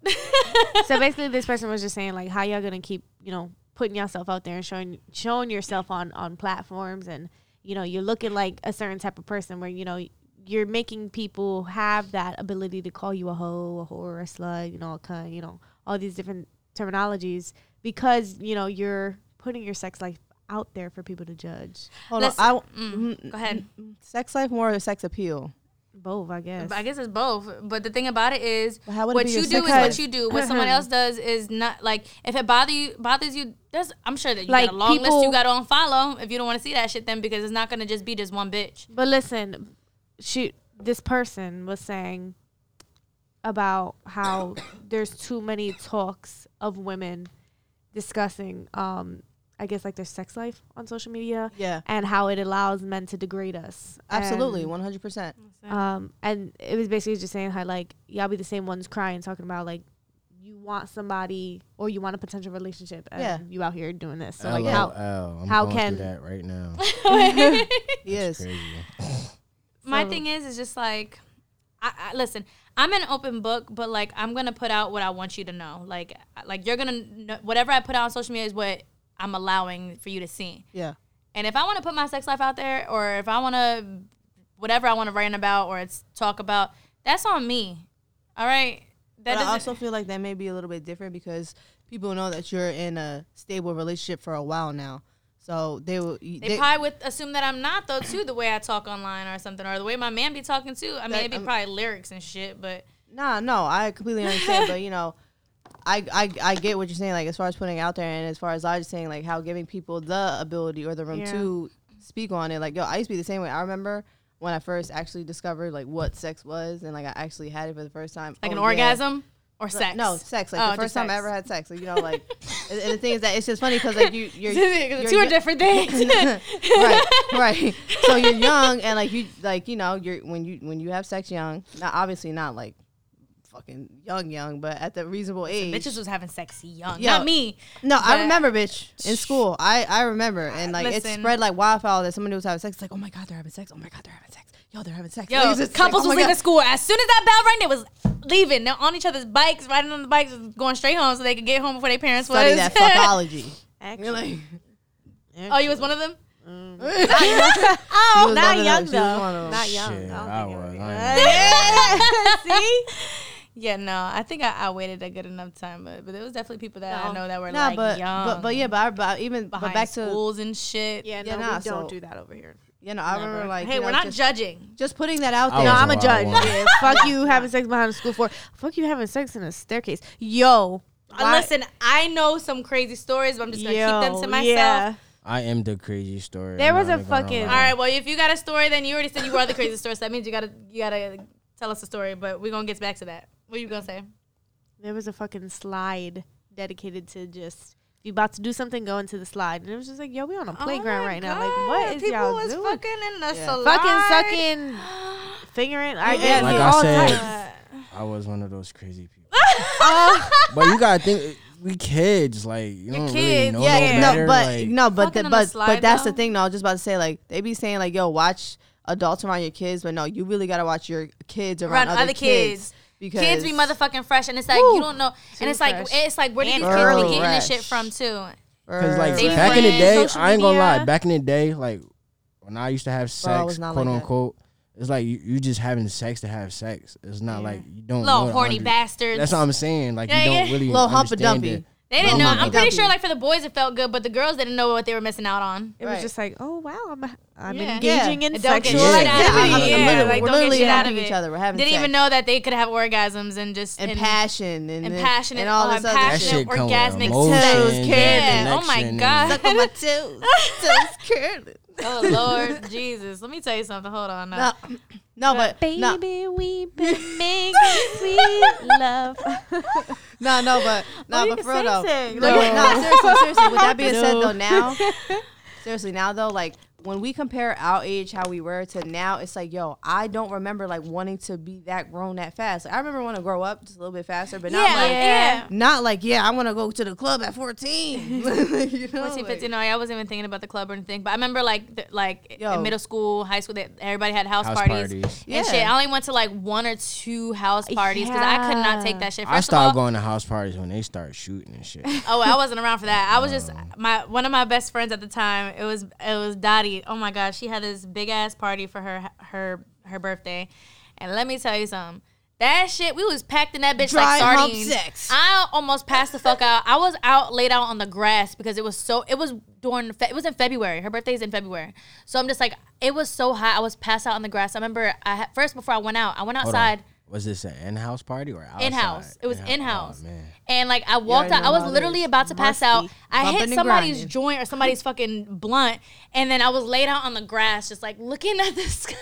[SPEAKER 2] so basically this person was just saying like how y'all gonna keep you know putting yourself out there and showing showing yourself on on platforms and you know you're looking like a certain type of person where you know you're making people have that ability to call you a hoe a whore a slut you know a cunt you know all these different terminologies because you know you're putting your sex life out there for people to judge
[SPEAKER 4] Hold
[SPEAKER 1] Listen-
[SPEAKER 4] on. I,
[SPEAKER 1] Mm, Go ahead.
[SPEAKER 4] sex life more or sex appeal?
[SPEAKER 2] both i guess
[SPEAKER 1] I guess it's both. But the thing about it is,
[SPEAKER 4] But how would it
[SPEAKER 1] what
[SPEAKER 4] be
[SPEAKER 1] you do
[SPEAKER 4] your Mm-hmm.
[SPEAKER 1] is
[SPEAKER 4] sex
[SPEAKER 1] what
[SPEAKER 4] life?
[SPEAKER 1] you do. What someone else does is not like if it bother you bothers you. There's I'm sure that you
[SPEAKER 2] Like,
[SPEAKER 1] got a long
[SPEAKER 2] people-
[SPEAKER 1] list you got to unfollow if you don't want to see that shit. Then because it's not gonna just be just one bitch.
[SPEAKER 2] But listen, she this person was saying about how there's too many talks of women discussing um I guess like their sex life on social media
[SPEAKER 4] Yeah.
[SPEAKER 2] and how it allows men to degrade us.
[SPEAKER 4] Absolutely, one hundred percent.
[SPEAKER 2] And, um and it was basically just saying how like y'all be the same ones crying talking about like you want somebody or you want a potential relationship and
[SPEAKER 4] Yeah.
[SPEAKER 2] you out here doing this. So
[SPEAKER 3] LOL.
[SPEAKER 2] like how
[SPEAKER 3] I'm
[SPEAKER 2] how
[SPEAKER 3] going
[SPEAKER 2] can-
[SPEAKER 3] through that right now?
[SPEAKER 4] Yes.
[SPEAKER 3] Crazy.
[SPEAKER 1] My
[SPEAKER 2] So-
[SPEAKER 1] thing is, is just like, I, I listen. I'm an open book, but like I'm gonna put out what I want you to know. Like like you're gonna know, whatever I put out on social media is what I'm allowing for you to see.
[SPEAKER 4] Yeah.
[SPEAKER 1] And if I want to put my sex life out there, or if I want to, whatever I want to rant about or it's talk about, that's on me. All right. That
[SPEAKER 4] But I
[SPEAKER 1] doesn't-
[SPEAKER 4] also feel like that may be a little bit different because people know that you're in a stable relationship for a while now. So they will. They,
[SPEAKER 1] They, probably would assume that I'm not though too the way I talk online or something or the way my man be talking too. I mean,
[SPEAKER 4] That-
[SPEAKER 1] it'd be
[SPEAKER 4] I'm- Oh,
[SPEAKER 1] probably lyrics and shit, but
[SPEAKER 4] Nah, no, I completely understand, but you know, I, I I get what you're saying. Like as far as putting it out there, and as far as I was saying, like how giving people the ability or the room
[SPEAKER 2] Yeah.
[SPEAKER 4] to speak on it. Like yo, I used to be the same way. I remember when I first actually discovered like what sex was, and like I actually had it for the first time,
[SPEAKER 1] like an
[SPEAKER 4] Oh, yeah.
[SPEAKER 1] orgasm or
[SPEAKER 4] Like,
[SPEAKER 1] sex.
[SPEAKER 4] No, sex. Like
[SPEAKER 1] Oh,
[SPEAKER 4] the first
[SPEAKER 1] just
[SPEAKER 4] time I
[SPEAKER 1] sex.
[SPEAKER 4] ever had sex. Like, you know, like and, and the thing is that it's just funny because like you you're, you're
[SPEAKER 1] two
[SPEAKER 4] yo-
[SPEAKER 1] are different things.
[SPEAKER 4] right, right. So you're young and like you like you know you're when you when you have sex young. Not obviously not like fucking young young, but at the reasonable age.
[SPEAKER 1] Bitches was having sex young,
[SPEAKER 4] Yo.
[SPEAKER 1] not me.
[SPEAKER 4] no, I
[SPEAKER 1] but-
[SPEAKER 4] remember, bitch, in school. I I remember and like it
[SPEAKER 1] Listen.
[SPEAKER 4] spread like wildfire that somebody was having sex. Like oh my god, they're having sex. Oh my god, they're having sex. Yo, they're having sex.
[SPEAKER 1] Yo,
[SPEAKER 4] Like, it's just like,
[SPEAKER 1] couples
[SPEAKER 4] oh my
[SPEAKER 1] was leaving
[SPEAKER 4] God.
[SPEAKER 1] school as soon as that bell rang. They was leaving. They're on each other's bikes, riding on the bikes, going straight home so they could get home before their parents
[SPEAKER 4] Study
[SPEAKER 1] was.
[SPEAKER 4] that fuckology.
[SPEAKER 2] Actually,
[SPEAKER 4] You're like,
[SPEAKER 1] oh, you was one of them.
[SPEAKER 4] she was
[SPEAKER 2] not
[SPEAKER 4] one of them.
[SPEAKER 2] Oh, young
[SPEAKER 4] She was one of
[SPEAKER 2] though.
[SPEAKER 4] them.
[SPEAKER 2] Not young.
[SPEAKER 3] Shit,
[SPEAKER 2] I
[SPEAKER 3] I
[SPEAKER 2] don't think
[SPEAKER 3] was.
[SPEAKER 2] I would.
[SPEAKER 3] I ain't-
[SPEAKER 1] See? Yeah, no, I think I, I waited a good enough time, but, but there was definitely people that I
[SPEAKER 2] No.
[SPEAKER 1] know that were
[SPEAKER 4] Nah,
[SPEAKER 1] like
[SPEAKER 4] but,
[SPEAKER 1] young,
[SPEAKER 4] but but yeah, but, I, but even but
[SPEAKER 1] behind
[SPEAKER 4] back to
[SPEAKER 1] schools and shit.
[SPEAKER 2] Yeah, no,
[SPEAKER 4] Yeah, nah,
[SPEAKER 2] we don't
[SPEAKER 4] so-
[SPEAKER 2] do that over here.
[SPEAKER 4] you know I remember like
[SPEAKER 1] hey,
[SPEAKER 4] you know,
[SPEAKER 1] we're not
[SPEAKER 4] just,
[SPEAKER 1] judging.
[SPEAKER 4] just putting that out
[SPEAKER 3] I
[SPEAKER 4] there.
[SPEAKER 2] No,
[SPEAKER 3] was
[SPEAKER 2] I'm a
[SPEAKER 3] wild
[SPEAKER 2] judge.
[SPEAKER 3] one.
[SPEAKER 2] Yeah, fuck you having sex behind a school floor. Fuck you having sex in a staircase. Yo, why-
[SPEAKER 1] Uh, Listen, I know some crazy stories, but I'm just gonna keep
[SPEAKER 2] Yo,
[SPEAKER 1] them to myself.
[SPEAKER 2] yeah.
[SPEAKER 3] I am the crazy story.
[SPEAKER 2] There
[SPEAKER 3] I'm
[SPEAKER 2] was
[SPEAKER 3] not
[SPEAKER 2] a
[SPEAKER 3] even gonna
[SPEAKER 2] fucking-
[SPEAKER 1] All
[SPEAKER 3] lie.
[SPEAKER 1] right, well, if you got a story, then you already said you were the crazy story, so that means you gotta you gotta tell us a story. But we're gonna get back to that. What you gonna say?
[SPEAKER 2] There was a fucking slide dedicated to just if you about to do something, go into the slide. And it was just like, yo, we on a playground right now. Like, what is
[SPEAKER 1] Oh People
[SPEAKER 2] y'all
[SPEAKER 1] was
[SPEAKER 2] doing?
[SPEAKER 1] fucking in the
[SPEAKER 4] Yeah.
[SPEAKER 1] salon.
[SPEAKER 2] Fucking sucking, fingering. I guess
[SPEAKER 3] Like
[SPEAKER 2] all
[SPEAKER 3] I
[SPEAKER 2] types.
[SPEAKER 1] Uh,
[SPEAKER 3] said, I was one of those crazy people. but you gotta think, we kids, like you
[SPEAKER 1] You're
[SPEAKER 3] don't really
[SPEAKER 1] kids,
[SPEAKER 3] know
[SPEAKER 1] yeah,
[SPEAKER 3] no
[SPEAKER 1] yeah.
[SPEAKER 3] better.
[SPEAKER 4] No, but
[SPEAKER 3] like,
[SPEAKER 4] no, but
[SPEAKER 1] Fucking
[SPEAKER 4] the,
[SPEAKER 1] on the
[SPEAKER 4] but
[SPEAKER 1] slide,
[SPEAKER 4] but that's the
[SPEAKER 1] though.
[SPEAKER 4] thing. though. I was just about to say like they be saying like yo watch adults around your kids, but no, you really gotta watch your kids around, other, kids, because
[SPEAKER 1] kids be motherfucking fresh, and it's like
[SPEAKER 2] Woo.
[SPEAKER 1] you don't know, and it's like
[SPEAKER 2] fresh.
[SPEAKER 1] it's like where do these
[SPEAKER 2] And
[SPEAKER 1] kids be
[SPEAKER 4] early.
[SPEAKER 1] getting this
[SPEAKER 4] Fresh. Oh,
[SPEAKER 1] shit from too?
[SPEAKER 3] Because like
[SPEAKER 1] Dating
[SPEAKER 3] back in the
[SPEAKER 1] friends,
[SPEAKER 3] day,
[SPEAKER 2] social
[SPEAKER 3] I ain't gonna lie.
[SPEAKER 2] media.
[SPEAKER 3] Back in the day, like when I used to have
[SPEAKER 4] Bro, I
[SPEAKER 3] sex,
[SPEAKER 4] was not
[SPEAKER 3] quote
[SPEAKER 4] like that.
[SPEAKER 3] unquote, it's like you, you just having sex to have sex. It's not like you don't know
[SPEAKER 1] Little
[SPEAKER 3] the
[SPEAKER 1] horny
[SPEAKER 3] under-
[SPEAKER 1] bastards.
[SPEAKER 3] That's what I'm saying. Like
[SPEAKER 1] Yeah,
[SPEAKER 3] you don't
[SPEAKER 1] yeah.
[SPEAKER 3] really
[SPEAKER 4] Little humpa
[SPEAKER 3] understand
[SPEAKER 4] dumpy.
[SPEAKER 3] it.
[SPEAKER 1] They didn't know.
[SPEAKER 4] Little
[SPEAKER 1] I'm pretty
[SPEAKER 4] Muppy.
[SPEAKER 1] sure, like for the boys, it felt good, but the girls didn't know what they were missing out on.
[SPEAKER 2] It
[SPEAKER 4] Right.
[SPEAKER 2] was just like, oh wow, I'm I'm
[SPEAKER 1] Yeah.
[SPEAKER 2] engaging
[SPEAKER 4] Yeah.
[SPEAKER 2] in
[SPEAKER 1] And don't get
[SPEAKER 2] sexual
[SPEAKER 3] shit
[SPEAKER 2] activity.
[SPEAKER 3] out of it.
[SPEAKER 4] Yeah, I'm- I'm literally-
[SPEAKER 3] Yeah, like,
[SPEAKER 4] we're
[SPEAKER 1] don't get
[SPEAKER 4] literally
[SPEAKER 1] shit out
[SPEAKER 4] humping
[SPEAKER 1] of
[SPEAKER 4] each
[SPEAKER 1] it.
[SPEAKER 4] other. We're having
[SPEAKER 1] Didn't
[SPEAKER 4] sex.
[SPEAKER 1] even know that they could have orgasms and just
[SPEAKER 4] and passion and
[SPEAKER 1] and passion
[SPEAKER 4] and
[SPEAKER 1] and
[SPEAKER 4] all
[SPEAKER 1] oh,
[SPEAKER 4] this
[SPEAKER 1] and
[SPEAKER 4] other
[SPEAKER 3] That
[SPEAKER 1] passion.
[SPEAKER 3] shit come with
[SPEAKER 1] orgasmic
[SPEAKER 3] emotion,
[SPEAKER 4] sex,
[SPEAKER 3] and
[SPEAKER 1] yeah. Oh my
[SPEAKER 3] connection and-
[SPEAKER 1] god.
[SPEAKER 4] Suck on my toes. Toes curling.
[SPEAKER 1] Oh Lord Jesus. Let me tell you something. Hold on.
[SPEAKER 4] No,
[SPEAKER 1] Now.
[SPEAKER 4] no, but no,
[SPEAKER 2] Baby, we been making sweet love.
[SPEAKER 4] no, no, but
[SPEAKER 2] Why
[SPEAKER 4] no,
[SPEAKER 2] you
[SPEAKER 4] but for real though.
[SPEAKER 2] sing-sing?
[SPEAKER 4] No,
[SPEAKER 2] Like-
[SPEAKER 4] no, seriously, seriously. With that being said
[SPEAKER 2] No.
[SPEAKER 4] though, now seriously now though, like when we compare our age how we were to now, it's like yo, I don't remember like wanting to be that grown that fast. Like I remember wanting to grow up just a little bit faster, but not
[SPEAKER 1] yeah,
[SPEAKER 4] like
[SPEAKER 1] yeah.
[SPEAKER 4] not like yeah, I want to go to the club at fourteen. you know,
[SPEAKER 1] 14,
[SPEAKER 4] like-
[SPEAKER 1] 15, no, I wasn't even thinking about the club or anything. But I remember like the, like
[SPEAKER 4] Yo.
[SPEAKER 1] in middle school, high school, that everybody had house,
[SPEAKER 3] House
[SPEAKER 1] parties,
[SPEAKER 3] parties.
[SPEAKER 1] and
[SPEAKER 4] Yeah. Uh,
[SPEAKER 1] shit. I only went to like one or two house parties because I could not take that shit. First of
[SPEAKER 3] I
[SPEAKER 1] all,
[SPEAKER 3] stopped going to house parties when they start shooting and shit.
[SPEAKER 1] Oh, I wasn't around for that. I was
[SPEAKER 4] Oh.
[SPEAKER 1] just my one of my best friends at the time. It was it was Dottie. Oh my gosh, she had this big ass party for her her her birthday, and let me tell you something. That shit, we was packed in that bitch
[SPEAKER 4] Dry
[SPEAKER 1] like
[SPEAKER 4] hump
[SPEAKER 1] sardines.
[SPEAKER 4] sex.
[SPEAKER 1] I almost passed the fuck out. I was out laid out on the grass because it was so. It was during. Fe- it was in February. Her birthday's in February, so I'm just like, it was so hot. I was passed out on the grass. I remember I had, first before I went out, I went
[SPEAKER 3] Hold on.
[SPEAKER 1] outside.
[SPEAKER 3] Was this an in-house party or outside?
[SPEAKER 1] In-house. It was in-house.
[SPEAKER 3] Oh, man.
[SPEAKER 1] And like I walked
[SPEAKER 4] you
[SPEAKER 1] out,
[SPEAKER 4] know
[SPEAKER 1] I
[SPEAKER 4] how
[SPEAKER 1] was
[SPEAKER 4] it
[SPEAKER 1] literally
[SPEAKER 4] is.
[SPEAKER 1] about to pass out.
[SPEAKER 2] Musty.
[SPEAKER 1] I
[SPEAKER 4] Bumping
[SPEAKER 1] hit
[SPEAKER 4] and
[SPEAKER 1] somebody's
[SPEAKER 4] grinding.
[SPEAKER 1] joint or somebody's fucking blunt, and then I was laid out on the grass, just like looking at the sky,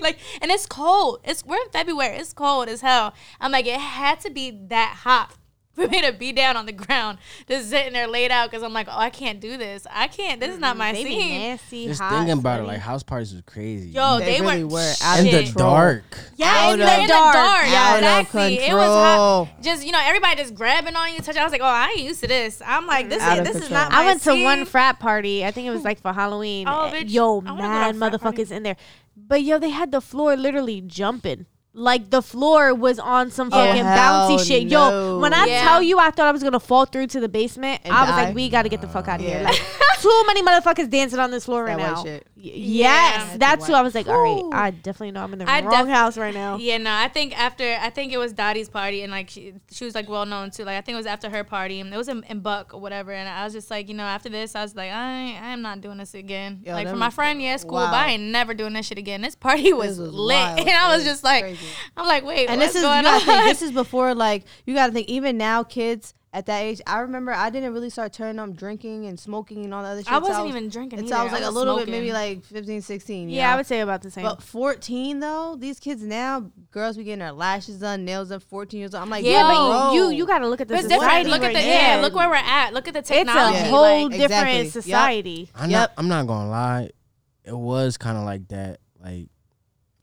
[SPEAKER 1] like. And it's cold. It's we're in February. It's cold as hell. I'm like, it had to be that hot for me to be down on the ground, just sitting there laid out, because I'm like, oh, I can't do this. I can't. This is not my
[SPEAKER 2] They be
[SPEAKER 1] scene.
[SPEAKER 2] nasty,
[SPEAKER 3] Just
[SPEAKER 2] hot,
[SPEAKER 3] thinking about it,
[SPEAKER 2] sweaty.
[SPEAKER 3] like house parties was crazy.
[SPEAKER 1] Yo,
[SPEAKER 4] They
[SPEAKER 1] they,
[SPEAKER 4] really
[SPEAKER 1] were,
[SPEAKER 4] were out
[SPEAKER 1] shit.
[SPEAKER 4] of
[SPEAKER 3] in the
[SPEAKER 4] control.
[SPEAKER 3] dark.
[SPEAKER 1] Yeah,
[SPEAKER 4] Out
[SPEAKER 1] in
[SPEAKER 4] of
[SPEAKER 1] the, in the dark.
[SPEAKER 4] Out of
[SPEAKER 1] exactly. It was
[SPEAKER 4] control.
[SPEAKER 1] hot. Just you know, everybody just grabbing on you, touching. I was like, oh, I ain't used to this. I'm like, this
[SPEAKER 4] Out
[SPEAKER 1] is
[SPEAKER 4] of
[SPEAKER 1] this is
[SPEAKER 4] control.
[SPEAKER 1] not.
[SPEAKER 2] I
[SPEAKER 1] my
[SPEAKER 2] went to one
[SPEAKER 1] scene.
[SPEAKER 2] frat party. I think it was like for Halloween.
[SPEAKER 1] Oh,
[SPEAKER 2] Eh,
[SPEAKER 1] bitch.
[SPEAKER 2] Yo,
[SPEAKER 1] I wanna go to a
[SPEAKER 2] mad
[SPEAKER 1] frat party.
[SPEAKER 2] motherfuckers in there. But yo, they had the floor literally jumping. like the floor was on some
[SPEAKER 1] Yeah.
[SPEAKER 2] fucking
[SPEAKER 4] Hell
[SPEAKER 2] bouncy shit. Yo,
[SPEAKER 4] no.
[SPEAKER 2] when I
[SPEAKER 1] Oh, Yeah.
[SPEAKER 2] tell you I thought I was gonna fall through to the basement,
[SPEAKER 4] And
[SPEAKER 2] I was
[SPEAKER 4] die?
[SPEAKER 2] like, we gotta get the fuck out of here.
[SPEAKER 4] Yeah.
[SPEAKER 2] Like too many motherfuckers dancing on this floor right
[SPEAKER 4] That white
[SPEAKER 2] now.
[SPEAKER 4] shit.
[SPEAKER 2] Y- Yes,
[SPEAKER 1] Yeah.
[SPEAKER 2] that's who I was like. All
[SPEAKER 1] Whew.
[SPEAKER 2] right, I definitely know I'm in the
[SPEAKER 1] I
[SPEAKER 2] wrong
[SPEAKER 1] def-
[SPEAKER 2] house right now.
[SPEAKER 1] Yeah, no, I think after I think it was Dottie's party and like she, she was like well known too. Like I think it was after her party and it was in, in Buck or whatever. And I was just like, you know, after this, I was like, I I am not doing this again.
[SPEAKER 4] Yo,
[SPEAKER 1] like for
[SPEAKER 4] them-
[SPEAKER 1] my friend, yeah, it's cool, but
[SPEAKER 4] wow.
[SPEAKER 1] I ain't never doing this shit again. This party was,
[SPEAKER 4] was
[SPEAKER 1] lit,
[SPEAKER 4] wild.
[SPEAKER 1] and I
[SPEAKER 4] It
[SPEAKER 1] was
[SPEAKER 4] was
[SPEAKER 1] just like,
[SPEAKER 4] crazy.
[SPEAKER 1] I'm like, wait,
[SPEAKER 4] and
[SPEAKER 1] what's
[SPEAKER 4] this is you
[SPEAKER 1] going
[SPEAKER 4] gotta think,
[SPEAKER 1] on?
[SPEAKER 4] this is before like you gotta think even now kids at that age i remember i didn't really start turning up drinking and smoking and all that other shit
[SPEAKER 1] I
[SPEAKER 4] till
[SPEAKER 1] wasn't
[SPEAKER 4] was-
[SPEAKER 1] even drinking.
[SPEAKER 4] until i
[SPEAKER 1] either.
[SPEAKER 4] was like a little bit
[SPEAKER 1] smoking.
[SPEAKER 4] maybe like 15 16 you
[SPEAKER 2] Yeah, I
[SPEAKER 4] know?
[SPEAKER 2] would say about the same.
[SPEAKER 4] but 14 though these kids now girls be getting their lashes done nails done 14 years old i'm like
[SPEAKER 1] Yeah, but
[SPEAKER 4] bro.
[SPEAKER 2] But you you gotta look at the
[SPEAKER 1] But it's different.
[SPEAKER 2] society.
[SPEAKER 1] Look at
[SPEAKER 2] right
[SPEAKER 1] the
[SPEAKER 2] now.
[SPEAKER 1] yeah. Look where we're at. Look at the
[SPEAKER 2] It's
[SPEAKER 1] technology.
[SPEAKER 2] a
[SPEAKER 4] Yeah.
[SPEAKER 2] whole
[SPEAKER 1] like-
[SPEAKER 4] Exactly.
[SPEAKER 2] different
[SPEAKER 4] Yup.
[SPEAKER 2] society.
[SPEAKER 3] I'm
[SPEAKER 4] Yep.
[SPEAKER 3] not. I'm not gonna lie. It was kind of like that, like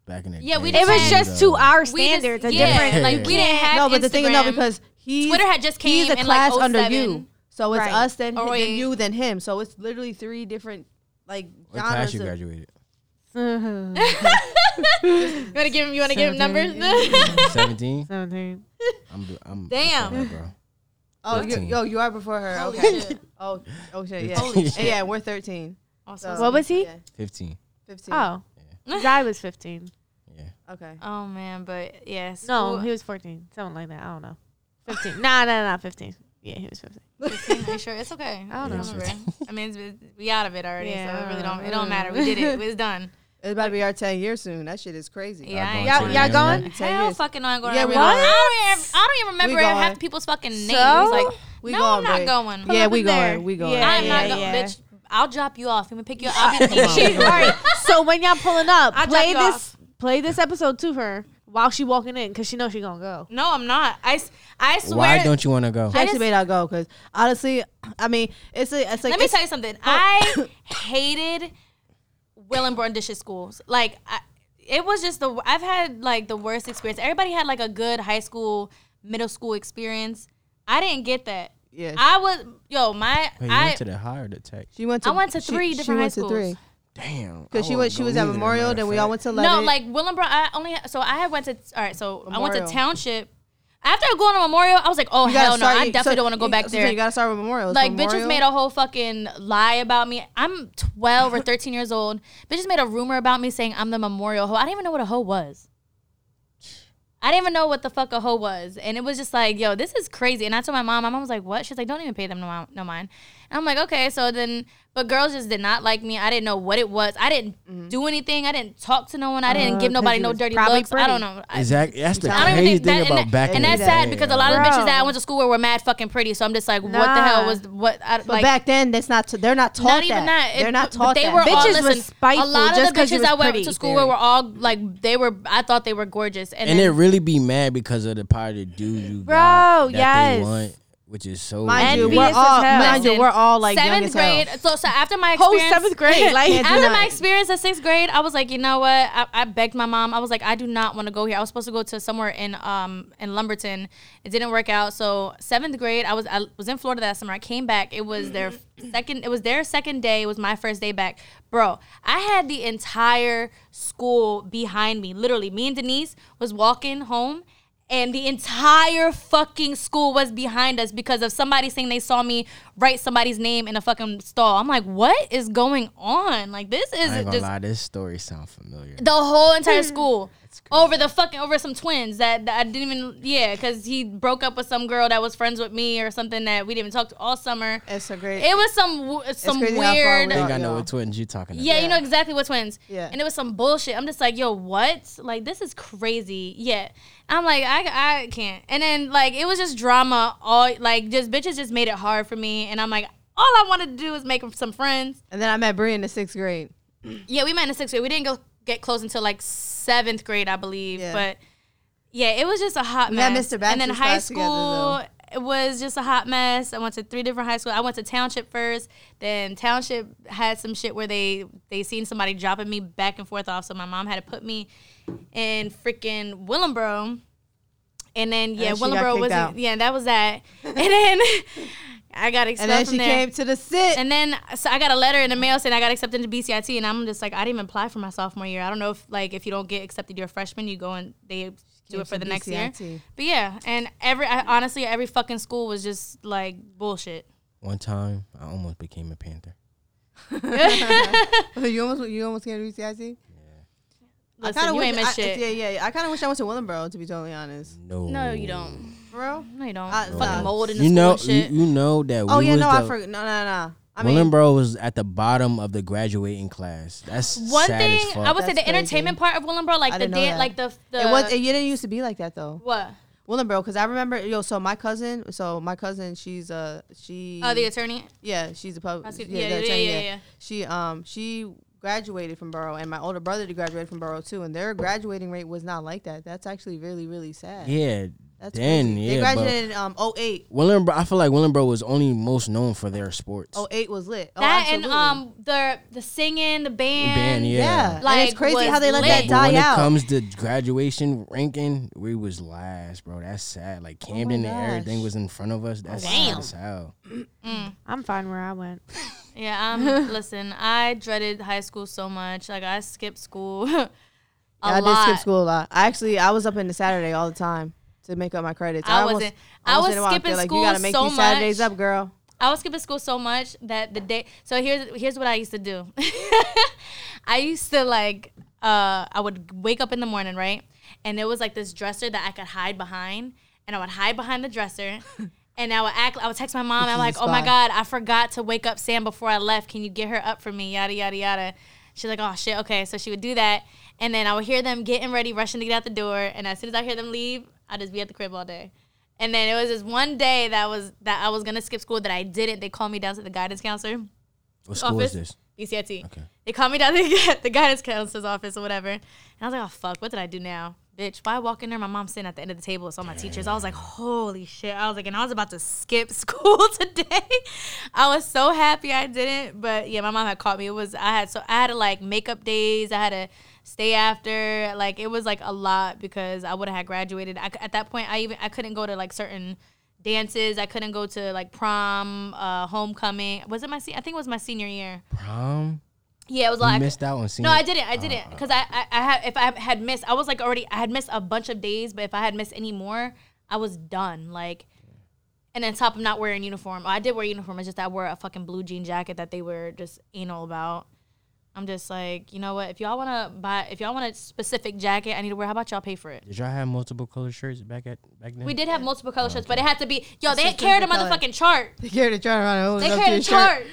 [SPEAKER 3] back in the
[SPEAKER 1] Yeah, we
[SPEAKER 3] day,
[SPEAKER 1] It
[SPEAKER 2] It was
[SPEAKER 1] was
[SPEAKER 2] just
[SPEAKER 3] though.
[SPEAKER 2] to our
[SPEAKER 1] We just-
[SPEAKER 2] standards. a
[SPEAKER 1] yeah,
[SPEAKER 2] different
[SPEAKER 1] Like
[SPEAKER 3] you
[SPEAKER 1] we didn't have
[SPEAKER 4] no but the thing is no
[SPEAKER 1] Instagram.
[SPEAKER 4] because he
[SPEAKER 1] Twitter had just came
[SPEAKER 4] he's a
[SPEAKER 1] in, like,
[SPEAKER 4] class under you
[SPEAKER 1] 07.
[SPEAKER 4] so it's
[SPEAKER 2] Right.
[SPEAKER 4] us then,
[SPEAKER 1] Or
[SPEAKER 4] then
[SPEAKER 1] wait.
[SPEAKER 4] you then him so it's literally three different like
[SPEAKER 3] What
[SPEAKER 4] genres
[SPEAKER 3] class you
[SPEAKER 4] of-
[SPEAKER 3] graduated?
[SPEAKER 1] you want to give him. You want to give him numbers.
[SPEAKER 3] Seventeen.
[SPEAKER 2] Seventeen.
[SPEAKER 3] I'm. do- I'm
[SPEAKER 1] Damn.
[SPEAKER 3] I'm sorry, bro.
[SPEAKER 4] Oh, you,
[SPEAKER 3] 13.
[SPEAKER 4] yo, you are before her.
[SPEAKER 1] Holy
[SPEAKER 4] okay.
[SPEAKER 1] shit.
[SPEAKER 4] Oh, oh shit. Yeah.
[SPEAKER 3] Holy shit.
[SPEAKER 4] Yeah, we're thirteen.
[SPEAKER 1] Awesome.
[SPEAKER 2] What was he?
[SPEAKER 4] Yeah,
[SPEAKER 3] Fifteen.
[SPEAKER 4] Fifteen.
[SPEAKER 2] Oh, Zai was fifteen.
[SPEAKER 3] Yeah.
[SPEAKER 4] okay.
[SPEAKER 1] Oh man, but yes.
[SPEAKER 2] No, he was fourteen. Something like that. I don't know. Fifteen. nah, nah, nah. Fifteen. Yeah, he was fifteen.
[SPEAKER 1] Are you sure? It's okay. I
[SPEAKER 2] don't
[SPEAKER 1] don't
[SPEAKER 3] know.
[SPEAKER 1] remember. I mean, it's, it's- we out of it already, so
[SPEAKER 2] Yeah.
[SPEAKER 1] it really don't. It don't matter. We did it. It was done.
[SPEAKER 4] It's about to be our ten years soon. That shit is crazy.
[SPEAKER 1] Yeah. I
[SPEAKER 3] going
[SPEAKER 1] ain't
[SPEAKER 3] to
[SPEAKER 2] Y'all-
[SPEAKER 1] doing
[SPEAKER 2] y'all
[SPEAKER 1] it.
[SPEAKER 2] going?
[SPEAKER 4] Ten
[SPEAKER 1] Hell
[SPEAKER 4] years.
[SPEAKER 1] fucking no, I'm going.
[SPEAKER 4] Yeah,
[SPEAKER 1] I'm
[SPEAKER 4] we
[SPEAKER 1] going.
[SPEAKER 4] going.
[SPEAKER 1] I don't even. I don't even remember
[SPEAKER 4] We
[SPEAKER 1] half
[SPEAKER 4] going.
[SPEAKER 1] the people's fucking names.
[SPEAKER 2] So?
[SPEAKER 1] Like,
[SPEAKER 4] We
[SPEAKER 1] no,
[SPEAKER 4] going,
[SPEAKER 1] I'm not
[SPEAKER 4] babe.
[SPEAKER 1] going.
[SPEAKER 4] Yeah,
[SPEAKER 2] up
[SPEAKER 4] we
[SPEAKER 2] in
[SPEAKER 4] going.
[SPEAKER 2] there.
[SPEAKER 4] We going.
[SPEAKER 2] Yeah.
[SPEAKER 1] I'm not going,
[SPEAKER 2] yeah.
[SPEAKER 1] bitch. I'll drop you off. I'm gonna pick you up. I'll be
[SPEAKER 2] She, all right. So when y'all pulling up,
[SPEAKER 1] I'll
[SPEAKER 2] play
[SPEAKER 1] drop you
[SPEAKER 2] this play this episode to her while she walking in because she knows she gonna go.
[SPEAKER 1] No, I'm not. I, s- I swear.
[SPEAKER 3] Why don't you want to go?
[SPEAKER 4] She
[SPEAKER 1] I
[SPEAKER 4] actually
[SPEAKER 1] just-
[SPEAKER 4] made our go because honestly, I mean, it's a, it's like
[SPEAKER 1] Let me
[SPEAKER 4] it's-
[SPEAKER 1] tell you
[SPEAKER 3] Oh.
[SPEAKER 1] something. I hated Willenborn Dishes schools. Like, I, it was just the. I've had like the worst experience. Everybody had like a good high school, middle school experience. I didn't get that.
[SPEAKER 4] Yes.
[SPEAKER 1] I was yo my
[SPEAKER 3] Wait, you
[SPEAKER 1] I
[SPEAKER 3] went to the higher the tech.
[SPEAKER 4] She went to.
[SPEAKER 1] I went to
[SPEAKER 4] she-
[SPEAKER 1] three
[SPEAKER 4] she
[SPEAKER 1] different high
[SPEAKER 4] went to
[SPEAKER 1] schools.
[SPEAKER 4] three.
[SPEAKER 3] Damn.
[SPEAKER 4] Because she
[SPEAKER 3] I
[SPEAKER 4] went, she
[SPEAKER 3] wouldn't
[SPEAKER 4] was
[SPEAKER 3] go
[SPEAKER 4] at
[SPEAKER 3] either,
[SPEAKER 4] Memorial,
[SPEAKER 3] matter
[SPEAKER 4] then
[SPEAKER 3] of
[SPEAKER 4] we
[SPEAKER 3] fact.
[SPEAKER 4] all went to
[SPEAKER 1] no
[SPEAKER 4] Levitt.
[SPEAKER 1] like Willenborn. I only so I had went to all right. So I went to
[SPEAKER 4] Memorial.
[SPEAKER 1] township. After going to Memorial, I was like, oh
[SPEAKER 4] You gotta
[SPEAKER 1] hell no,
[SPEAKER 4] start-
[SPEAKER 1] I
[SPEAKER 4] you-
[SPEAKER 1] definitely
[SPEAKER 4] so
[SPEAKER 1] don't want to go
[SPEAKER 4] you-
[SPEAKER 1] back
[SPEAKER 4] so
[SPEAKER 1] there.
[SPEAKER 4] You gotta start with Memorial. It's
[SPEAKER 1] like bitches
[SPEAKER 4] Memorial.
[SPEAKER 1] made a whole fucking lie about me. I'm 12 or 13 years old. Bitches made a rumor about me saying I'm the memorial hoe. I didn't even know what a hoe was. I didn't even know what the fuck a hoe was, and it was just like, yo, this is crazy. And I told my mom. My mom was like, what? She's like, don't even pay them no, mi- no mind. And I'm like, okay. So then, but girls just did not like me. I didn't know what it was. I didn't do anything. I didn't talk to no one. I didn't give
[SPEAKER 2] Mm-hmm. Uh, 'cause
[SPEAKER 1] nobody
[SPEAKER 2] you
[SPEAKER 1] no
[SPEAKER 2] was
[SPEAKER 1] dirty
[SPEAKER 2] probably
[SPEAKER 1] looks. I don't know. I-
[SPEAKER 3] Exactly. That's the
[SPEAKER 1] I don't
[SPEAKER 3] crazy
[SPEAKER 1] even think
[SPEAKER 3] thing
[SPEAKER 1] that,
[SPEAKER 3] about
[SPEAKER 1] and,
[SPEAKER 3] back.
[SPEAKER 1] that-
[SPEAKER 3] in
[SPEAKER 1] and
[SPEAKER 3] the
[SPEAKER 1] that's sad
[SPEAKER 3] day,
[SPEAKER 1] because a lot of the
[SPEAKER 2] Bro.
[SPEAKER 1] bitches that I went to school with were mad fucking pretty. So I'm just like, what the hell
[SPEAKER 2] Nah.
[SPEAKER 1] was what? I,
[SPEAKER 4] But
[SPEAKER 1] like,
[SPEAKER 4] back then, that's not. t- They're not taught
[SPEAKER 1] not even
[SPEAKER 4] that.
[SPEAKER 1] that. It-
[SPEAKER 4] They're not
[SPEAKER 1] but
[SPEAKER 4] taught
[SPEAKER 1] They
[SPEAKER 4] that.
[SPEAKER 1] were
[SPEAKER 2] Bitches
[SPEAKER 1] all
[SPEAKER 2] was
[SPEAKER 1] listen, A
[SPEAKER 2] spiteful
[SPEAKER 1] lot
[SPEAKER 2] just
[SPEAKER 1] of the
[SPEAKER 2] 'cause you
[SPEAKER 1] bitches
[SPEAKER 2] was
[SPEAKER 1] I went
[SPEAKER 2] pretty.
[SPEAKER 1] to school with were all like they were. I thought they were gorgeous, and,
[SPEAKER 3] And it
[SPEAKER 1] then,
[SPEAKER 3] really be mad because of the part of the dude you
[SPEAKER 2] Bro,
[SPEAKER 3] got that
[SPEAKER 2] yes.
[SPEAKER 3] they want, which is so
[SPEAKER 4] Mind you,
[SPEAKER 2] Envious
[SPEAKER 4] we're
[SPEAKER 2] as
[SPEAKER 4] all.
[SPEAKER 2] hell.
[SPEAKER 4] Mind you, we're all like young
[SPEAKER 1] seventh
[SPEAKER 4] as hell.
[SPEAKER 1] grade. So, so after my
[SPEAKER 2] Whole
[SPEAKER 1] experience,
[SPEAKER 2] seventh grade, like- Can't
[SPEAKER 1] after
[SPEAKER 4] do
[SPEAKER 1] my
[SPEAKER 4] nothing.
[SPEAKER 1] experience at sixth grade, I was like, you know what? I, I begged my mom. I was like, I do not want to go here. I was supposed to go to somewhere in um in Lumberton. It didn't work out. So seventh grade, I was I was in Florida that summer. I came back. It was their
[SPEAKER 4] Mm.
[SPEAKER 1] second. It was their second day. It was my first day back, bro. I had the entire school behind me. Literally, me and Denise was walking home and the entire fucking school was behind us because of somebody saying they saw me write somebody's name in a fucking stall. I'm like, what is going on? Like this is
[SPEAKER 3] I ain't gonna
[SPEAKER 1] just
[SPEAKER 3] lie, this story sound familiar.
[SPEAKER 1] the whole
[SPEAKER 4] Hmm.
[SPEAKER 1] entire school over the fucking over some twins that, that I didn't even yeah because he broke up with some girl that was friends with me or something that we didn't even talk to all summer.
[SPEAKER 4] It's a great.
[SPEAKER 1] It was some w- some
[SPEAKER 4] crazy how far
[SPEAKER 1] weird.
[SPEAKER 4] we
[SPEAKER 3] I
[SPEAKER 4] are.
[SPEAKER 3] think I know
[SPEAKER 4] Yeah.
[SPEAKER 3] what twins you talking about.
[SPEAKER 1] Yeah, you know exactly what twins.
[SPEAKER 4] Yeah.
[SPEAKER 1] And it was some bullshit. I'm just like, yo, what? Like, this is crazy. Yeah. I'm like, I, I can't. And then, like, it was just drama. All, like, just bitches just made it hard for me. And I'm like, all I wanted to do was make some friends.
[SPEAKER 4] And then I met Bree in the sixth grade.
[SPEAKER 1] Yeah, we met in the sixth grade. We didn't go get close until like seventh grade, I believe.
[SPEAKER 4] Yeah.
[SPEAKER 1] But yeah, it was just a hot
[SPEAKER 4] We
[SPEAKER 1] mess.
[SPEAKER 4] had Mr.
[SPEAKER 1] and then
[SPEAKER 4] Baxter's
[SPEAKER 1] high
[SPEAKER 4] class together,
[SPEAKER 1] school it was just a hot mess. I went to three different high schools. I went to township first. Then township had some shit where they they seen somebody dropping me back and forth off. So my mom had to put me in freaking Willembro. And then yeah,
[SPEAKER 4] then she got
[SPEAKER 1] Willembro
[SPEAKER 4] kicked
[SPEAKER 1] was
[SPEAKER 4] out.
[SPEAKER 1] yeah, that was that. and then I got
[SPEAKER 4] And
[SPEAKER 1] expelled
[SPEAKER 4] then
[SPEAKER 1] from
[SPEAKER 4] she
[SPEAKER 1] there.
[SPEAKER 4] came to the sit.
[SPEAKER 1] and then so I got a letter in the mail saying I got accepted into BCIT, and I'm just like, I didn't even apply for my sophomore year. I don't know if like if you don't get accepted your freshman, you go and they do it for the next year.
[SPEAKER 4] BCIT.
[SPEAKER 1] But yeah, and every I, honestly, every fucking school was just like bullshit.
[SPEAKER 3] One time, I almost became a Panther.
[SPEAKER 4] you almost you almost came to UCIC.
[SPEAKER 1] Listen, you
[SPEAKER 4] wish,
[SPEAKER 1] ain't missed
[SPEAKER 4] I,
[SPEAKER 1] shit.
[SPEAKER 4] Yeah, yeah. I kind of wish I went to Willenboro to be totally honest.
[SPEAKER 3] No,
[SPEAKER 1] No, you don't.
[SPEAKER 4] For real?
[SPEAKER 1] No, you don't.
[SPEAKER 4] I- uh,
[SPEAKER 1] fucking
[SPEAKER 4] nah.
[SPEAKER 1] mold in the
[SPEAKER 3] You
[SPEAKER 1] school
[SPEAKER 3] know,
[SPEAKER 1] and
[SPEAKER 3] you,
[SPEAKER 1] shit.
[SPEAKER 3] you know that.
[SPEAKER 4] Oh
[SPEAKER 3] we
[SPEAKER 4] yeah,
[SPEAKER 3] was
[SPEAKER 4] no,
[SPEAKER 3] the,
[SPEAKER 4] I forgot. No, no, no. I mean,
[SPEAKER 3] Willenboro was at the bottom of the graduating class. That's
[SPEAKER 1] One
[SPEAKER 3] sad
[SPEAKER 1] thing
[SPEAKER 3] as fuck.
[SPEAKER 1] I would say
[SPEAKER 4] That's
[SPEAKER 1] the entertainment part of Willenboro, like
[SPEAKER 4] I
[SPEAKER 1] the
[SPEAKER 4] didn't know
[SPEAKER 1] dance,
[SPEAKER 4] that.
[SPEAKER 1] like the the
[SPEAKER 4] it was. It, it didn't used to be like that though.
[SPEAKER 1] what?
[SPEAKER 4] Willenboro, because I remember. Yo, so my cousin. So my cousin, she's uh, she.
[SPEAKER 1] Oh, the attorney.
[SPEAKER 4] Yeah, she's
[SPEAKER 1] I
[SPEAKER 4] a public.
[SPEAKER 1] see-
[SPEAKER 4] Yeah,
[SPEAKER 1] yeah,
[SPEAKER 4] the
[SPEAKER 1] yeah,
[SPEAKER 4] attorney,
[SPEAKER 1] yeah,
[SPEAKER 4] yeah.
[SPEAKER 1] yeah.
[SPEAKER 4] She um she graduated from Borough, and my older brother did graduate from Borough too, and their graduating rate was not like that. That's actually really really sad.
[SPEAKER 3] yeah,
[SPEAKER 4] That's
[SPEAKER 3] then
[SPEAKER 4] crazy.
[SPEAKER 3] yeah,
[SPEAKER 4] they graduated in um 08.
[SPEAKER 3] but Willenboro. I feel like Willenboro was only most known for their sports.
[SPEAKER 4] 08 was lit. Oh,
[SPEAKER 1] that
[SPEAKER 4] absolutely.
[SPEAKER 1] and um the the singing, the band.
[SPEAKER 3] band, yeah.
[SPEAKER 4] yeah, like
[SPEAKER 1] like,
[SPEAKER 4] it's crazy
[SPEAKER 1] was
[SPEAKER 4] how they let
[SPEAKER 1] lit.
[SPEAKER 4] that
[SPEAKER 3] But
[SPEAKER 4] die
[SPEAKER 3] when
[SPEAKER 4] out.
[SPEAKER 3] it comes to graduation ranking, we was last, bro. That's sad. Like Camden and
[SPEAKER 4] Oh gosh.
[SPEAKER 3] everything
[SPEAKER 4] Oh,
[SPEAKER 3] was in front of us. That's sad
[SPEAKER 2] Damn.
[SPEAKER 3] as hell.
[SPEAKER 2] I'm fine where I went.
[SPEAKER 1] Yeah, um, listen, I dreaded high school so much. Like I skipped school. a
[SPEAKER 4] Yeah, I
[SPEAKER 1] lot.
[SPEAKER 4] did skip school a lot. I actually I was up in the Saturday all the time to make up my credits.
[SPEAKER 1] I
[SPEAKER 4] almost-
[SPEAKER 1] wasn't- I
[SPEAKER 4] almost
[SPEAKER 1] was
[SPEAKER 4] didn't want to
[SPEAKER 1] skipping
[SPEAKER 4] feel like,
[SPEAKER 1] school
[SPEAKER 4] You gotta make
[SPEAKER 1] so
[SPEAKER 4] these Saturdays
[SPEAKER 1] much.
[SPEAKER 4] up, girl.
[SPEAKER 1] I was skipping school so much that the day. So here's here's what I used to do. I used to like uh, I would wake up in the morning, right? And there was like this dresser that I could hide behind, and I would hide behind the dresser. And I would act. I would text my mom. I'm
[SPEAKER 4] is
[SPEAKER 1] like,
[SPEAKER 4] a
[SPEAKER 1] "Oh my
[SPEAKER 4] spy."
[SPEAKER 1] god, I forgot to wake up Sam before I left. Can you get her up for me?" Yada yada yada. She's like, "Oh shit, okay." So she would do that, and then I would hear them getting ready, rushing to get out the door. And as soon as I hear them leave, I'd just be at the crib all day. And then it was this one day that was that I was gonna skip school that I didn't. They called me down to the guidance counselor
[SPEAKER 3] What school
[SPEAKER 1] office.
[SPEAKER 3] is this?
[SPEAKER 1] BCIT.
[SPEAKER 3] Okay.
[SPEAKER 1] They called me down to the, the guidance counselor's office or whatever. And I was like, oh, fuck, what did I do now? Bitch, why walk in there? My mom's sitting at the end of the table. It's all my teachers. I was like, holy shit. I was like, and I was about to skip school today. I was so happy I didn't. But yeah, my mom had caught me. It was, I had, so I had to like makeup days. I had to stay after. Like, it was like a lot because I would have had graduated. I c at that point, I even, I couldn't go to like certain dances. I couldn't go to like prom, uh, homecoming. Was it my, se- I think it was my senior year.
[SPEAKER 3] Prom?
[SPEAKER 1] Yeah, it was
[SPEAKER 3] You
[SPEAKER 1] like
[SPEAKER 3] missed out on seeing.
[SPEAKER 1] no, I didn't. I didn't because I, I I had if I had missed, I was like already I had missed a bunch of days, but if I had missed any more, I was done. Like, and on top of not wearing uniform, I did wear uniform. It's just I wore a fucking blue jean jacket that they were just anal about. I'm just like, you know what? If y'all wanna buy, if y'all want a specific jacket, I need to wear. How about y'all pay for it?
[SPEAKER 3] Did y'all have multiple color shirts back at back then?
[SPEAKER 1] We did have multiple color shirts, but it had to be yo. They
[SPEAKER 4] just
[SPEAKER 1] carried a
[SPEAKER 4] different color.
[SPEAKER 1] motherfucking chart.
[SPEAKER 4] They carried a chart around.
[SPEAKER 1] They carried a chart.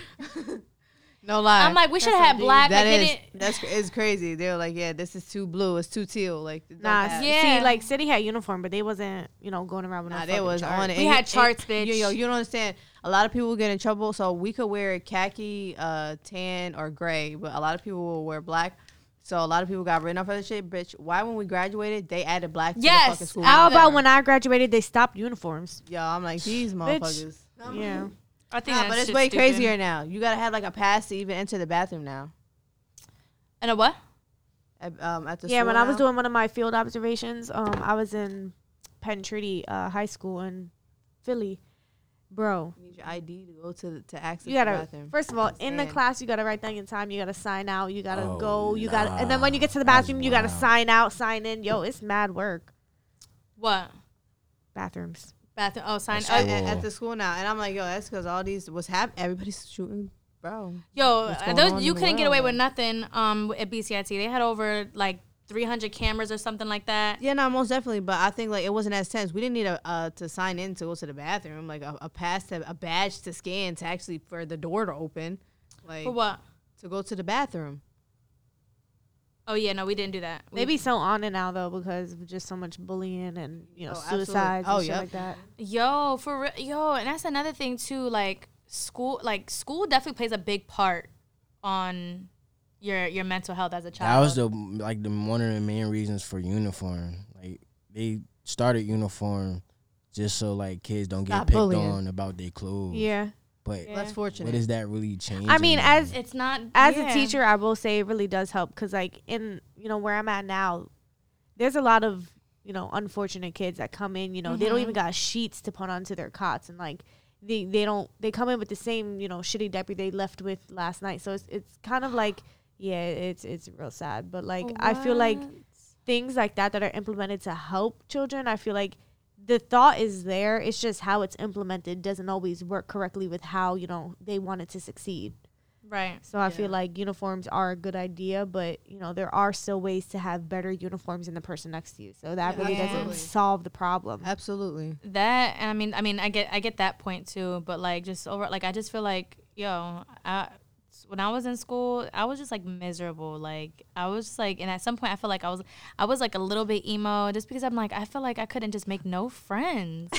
[SPEAKER 4] No lie.
[SPEAKER 1] I'm like, we should have had black. like,
[SPEAKER 4] That
[SPEAKER 1] they
[SPEAKER 4] is
[SPEAKER 1] didn't-
[SPEAKER 4] that's cra- it's crazy. They were like, yeah, this is too blue. It's too teal. Like it don't
[SPEAKER 2] Nah,
[SPEAKER 4] have-
[SPEAKER 1] Yeah.
[SPEAKER 2] yeah. see, like city had uniform, but they wasn't, you know, going around with
[SPEAKER 4] Nah,
[SPEAKER 2] no
[SPEAKER 4] they
[SPEAKER 2] fucking
[SPEAKER 4] was
[SPEAKER 2] chart.
[SPEAKER 4] on it.
[SPEAKER 1] We
[SPEAKER 4] And
[SPEAKER 1] had
[SPEAKER 4] you-
[SPEAKER 1] charts,
[SPEAKER 4] and
[SPEAKER 1] bitch.
[SPEAKER 4] You, yo, you don't understand. A lot of people get in trouble, so we could wear khaki, uh, tan, or gray, but a lot of people will wear black. So a lot of people got written off for that shit, bitch. Why when we graduated they added black to
[SPEAKER 1] Yes.
[SPEAKER 4] the fucking school?
[SPEAKER 2] How
[SPEAKER 1] Yeah.
[SPEAKER 2] about when I graduated, they stopped uniforms?
[SPEAKER 4] Yo, I'm like these motherfuckers.
[SPEAKER 2] Yeah.
[SPEAKER 1] I think,
[SPEAKER 4] Nah,
[SPEAKER 1] that
[SPEAKER 4] but it's
[SPEAKER 1] shit's
[SPEAKER 4] way
[SPEAKER 1] stupid.
[SPEAKER 4] crazier now. You gotta have like a pass to even enter the bathroom now.
[SPEAKER 1] And a what?
[SPEAKER 4] At, um, at the
[SPEAKER 2] yeah, when
[SPEAKER 4] school
[SPEAKER 2] I was
[SPEAKER 4] now.
[SPEAKER 2] doing one of my field observations, um, I was in Penn Treaty uh, High School in Philly. Bro,
[SPEAKER 4] you need your ID to go to the, to access
[SPEAKER 2] you gotta
[SPEAKER 4] the bathroom.
[SPEAKER 2] first of all in the
[SPEAKER 4] Understand.
[SPEAKER 2] class you gotta write down your time. You gotta sign out. You gotta
[SPEAKER 3] Oh,
[SPEAKER 2] go. You gotta, and then when you get to the
[SPEAKER 3] nah, that's
[SPEAKER 2] bathroom, you gotta
[SPEAKER 3] wild.
[SPEAKER 2] sign out, sign in. Yo, it's mad work.
[SPEAKER 1] What?
[SPEAKER 2] Bathrooms.
[SPEAKER 1] Bathroom. Oh, sign.
[SPEAKER 2] uh,
[SPEAKER 3] That's
[SPEAKER 1] Oh,
[SPEAKER 4] at, at-
[SPEAKER 3] Whoa.
[SPEAKER 4] at the school now, and I'm like, yo, that's because all these what's happening. Everybody's shooting, bro.
[SPEAKER 1] Yo, uh,
[SPEAKER 4] What's going on
[SPEAKER 1] those
[SPEAKER 4] in
[SPEAKER 1] you
[SPEAKER 4] the
[SPEAKER 1] couldn't get
[SPEAKER 4] world?
[SPEAKER 1] away with nothing um at BCIT. They had over like 300 cameras or something like that.
[SPEAKER 4] Yeah, no, most definitely. But I think like it wasn't as tense. We didn't need a uh, to sign in to go to the bathroom, like a, a pass to a badge to scan to actually for the door to open, like
[SPEAKER 1] For what?
[SPEAKER 4] to go to the bathroom.
[SPEAKER 1] Oh yeah, no, we didn't do that. We-
[SPEAKER 2] They be so on it now though because of just so much bullying and you know
[SPEAKER 4] Oh, absolutely.
[SPEAKER 2] suicides
[SPEAKER 4] Oh,
[SPEAKER 2] and shit
[SPEAKER 4] yep.
[SPEAKER 2] like that.
[SPEAKER 1] yo for real, yo, and that's another thing too. Like school, like school definitely plays a big part on your your mental health as a child.
[SPEAKER 3] That was the like the one of the main reasons for uniform. Like they started uniform just so like kids don't
[SPEAKER 4] Stop
[SPEAKER 3] get picked
[SPEAKER 4] bullying.
[SPEAKER 3] on about their clothes.
[SPEAKER 2] Yeah.
[SPEAKER 3] But
[SPEAKER 1] Yeah.
[SPEAKER 4] That's fortunate.
[SPEAKER 3] what is that really changing?
[SPEAKER 2] I mean,
[SPEAKER 3] now?
[SPEAKER 2] as
[SPEAKER 1] it's not
[SPEAKER 2] as
[SPEAKER 1] yeah.
[SPEAKER 2] a teacher, I will say it really does help because, like, in you know where I'm at now, there's a lot of you know unfortunate kids that come in. You know, they don't even got sheets to put onto their cots, and like they they don't they come in with the same you know shitty diaper they left with last night. So it's it's kind of like yeah, it's it's real sad. But like I feel like things like that that are implemented to help children, I feel like the thought is there. It's just how it's implemented doesn't always work correctly with how you know they want it to succeed.
[SPEAKER 1] right.
[SPEAKER 2] So I feel like uniforms are a good idea, but you know there are still ways to have better uniforms than the person next to you. So that
[SPEAKER 4] Yeah,
[SPEAKER 2] really
[SPEAKER 1] absolutely.
[SPEAKER 2] doesn't solve the problem.
[SPEAKER 4] Absolutely.
[SPEAKER 1] that and i mean i mean i get i get that point too but like just over like i just feel like yo i when i was in school i was just like miserable like i was just like and at some point i felt like i was i was like a little bit emo just because i'm like i feel like i couldn't just make no friends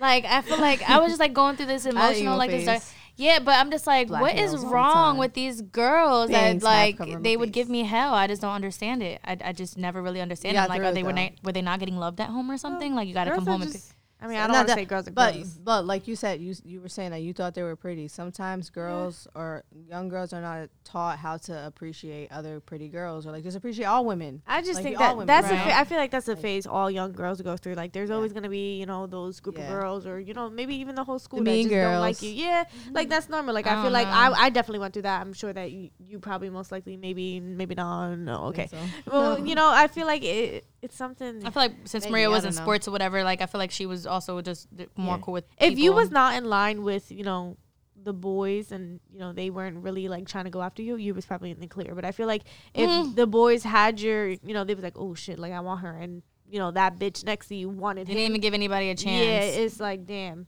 [SPEAKER 1] like i feel like i was just like going through this
[SPEAKER 4] had
[SPEAKER 1] emotional
[SPEAKER 4] emo
[SPEAKER 1] like this dark-
[SPEAKER 4] phase.
[SPEAKER 1] yeah but i'm just like
[SPEAKER 4] Black
[SPEAKER 1] what is
[SPEAKER 4] girls all the
[SPEAKER 1] wrong
[SPEAKER 4] time.
[SPEAKER 1] with these girls
[SPEAKER 4] Bangs, half
[SPEAKER 1] that
[SPEAKER 4] cover
[SPEAKER 1] like
[SPEAKER 4] my
[SPEAKER 1] they would
[SPEAKER 4] face.
[SPEAKER 1] give me hell i just don't understand it i, I just never really understand
[SPEAKER 4] Yeah,
[SPEAKER 1] it. like
[SPEAKER 4] they're
[SPEAKER 1] are they were,
[SPEAKER 4] though.
[SPEAKER 1] not, were they not getting loved at home or something like you gotta
[SPEAKER 2] Girls
[SPEAKER 1] come
[SPEAKER 2] are
[SPEAKER 1] home and
[SPEAKER 2] just- I mean, I don't
[SPEAKER 4] Not
[SPEAKER 2] want to
[SPEAKER 4] that-
[SPEAKER 2] say girls are
[SPEAKER 4] But
[SPEAKER 2] girls.
[SPEAKER 4] but like you said, you you were saying that you thought they were pretty. Sometimes girls or young girls are not taught how to appreciate other pretty girls or like just appreciate all women.
[SPEAKER 2] I just
[SPEAKER 4] Like,
[SPEAKER 2] think
[SPEAKER 4] all
[SPEAKER 2] that
[SPEAKER 4] women,
[SPEAKER 2] that's a
[SPEAKER 1] right?
[SPEAKER 2] fa- I feel like that's a phase all young girls go through. Like there's always gonna be you know those group
[SPEAKER 4] Yeah.
[SPEAKER 2] of girls or you know maybe even the whole school
[SPEAKER 4] The
[SPEAKER 2] that
[SPEAKER 4] mean
[SPEAKER 2] just don't like
[SPEAKER 4] girls.
[SPEAKER 2] you. Yeah, like that's normal. Like
[SPEAKER 1] I
[SPEAKER 2] I,
[SPEAKER 1] don't
[SPEAKER 2] feel like
[SPEAKER 1] know.
[SPEAKER 2] I, I definitely went through that. I'm sure that you, you probably most likely maybe maybe not. No, okay. Well, you know I feel like it it's something.
[SPEAKER 1] I feel like since
[SPEAKER 4] Maybe,
[SPEAKER 1] Maria
[SPEAKER 4] I
[SPEAKER 1] was
[SPEAKER 4] don't
[SPEAKER 1] in
[SPEAKER 4] know.
[SPEAKER 1] sports or whatever, like I feel like she was also just th- more
[SPEAKER 3] Yeah.
[SPEAKER 1] cool with.
[SPEAKER 2] if you
[SPEAKER 1] people.
[SPEAKER 2] was not in line with you know the boys and you know they weren't really like trying to go after you you was probably in the clear but i feel like if
[SPEAKER 1] Mm.
[SPEAKER 2] the boys had your you know they was like oh shit like i want her and you know that bitch next to you wanted
[SPEAKER 1] they didn't
[SPEAKER 2] him
[SPEAKER 1] even give anybody a chance.
[SPEAKER 2] yeah it's like damn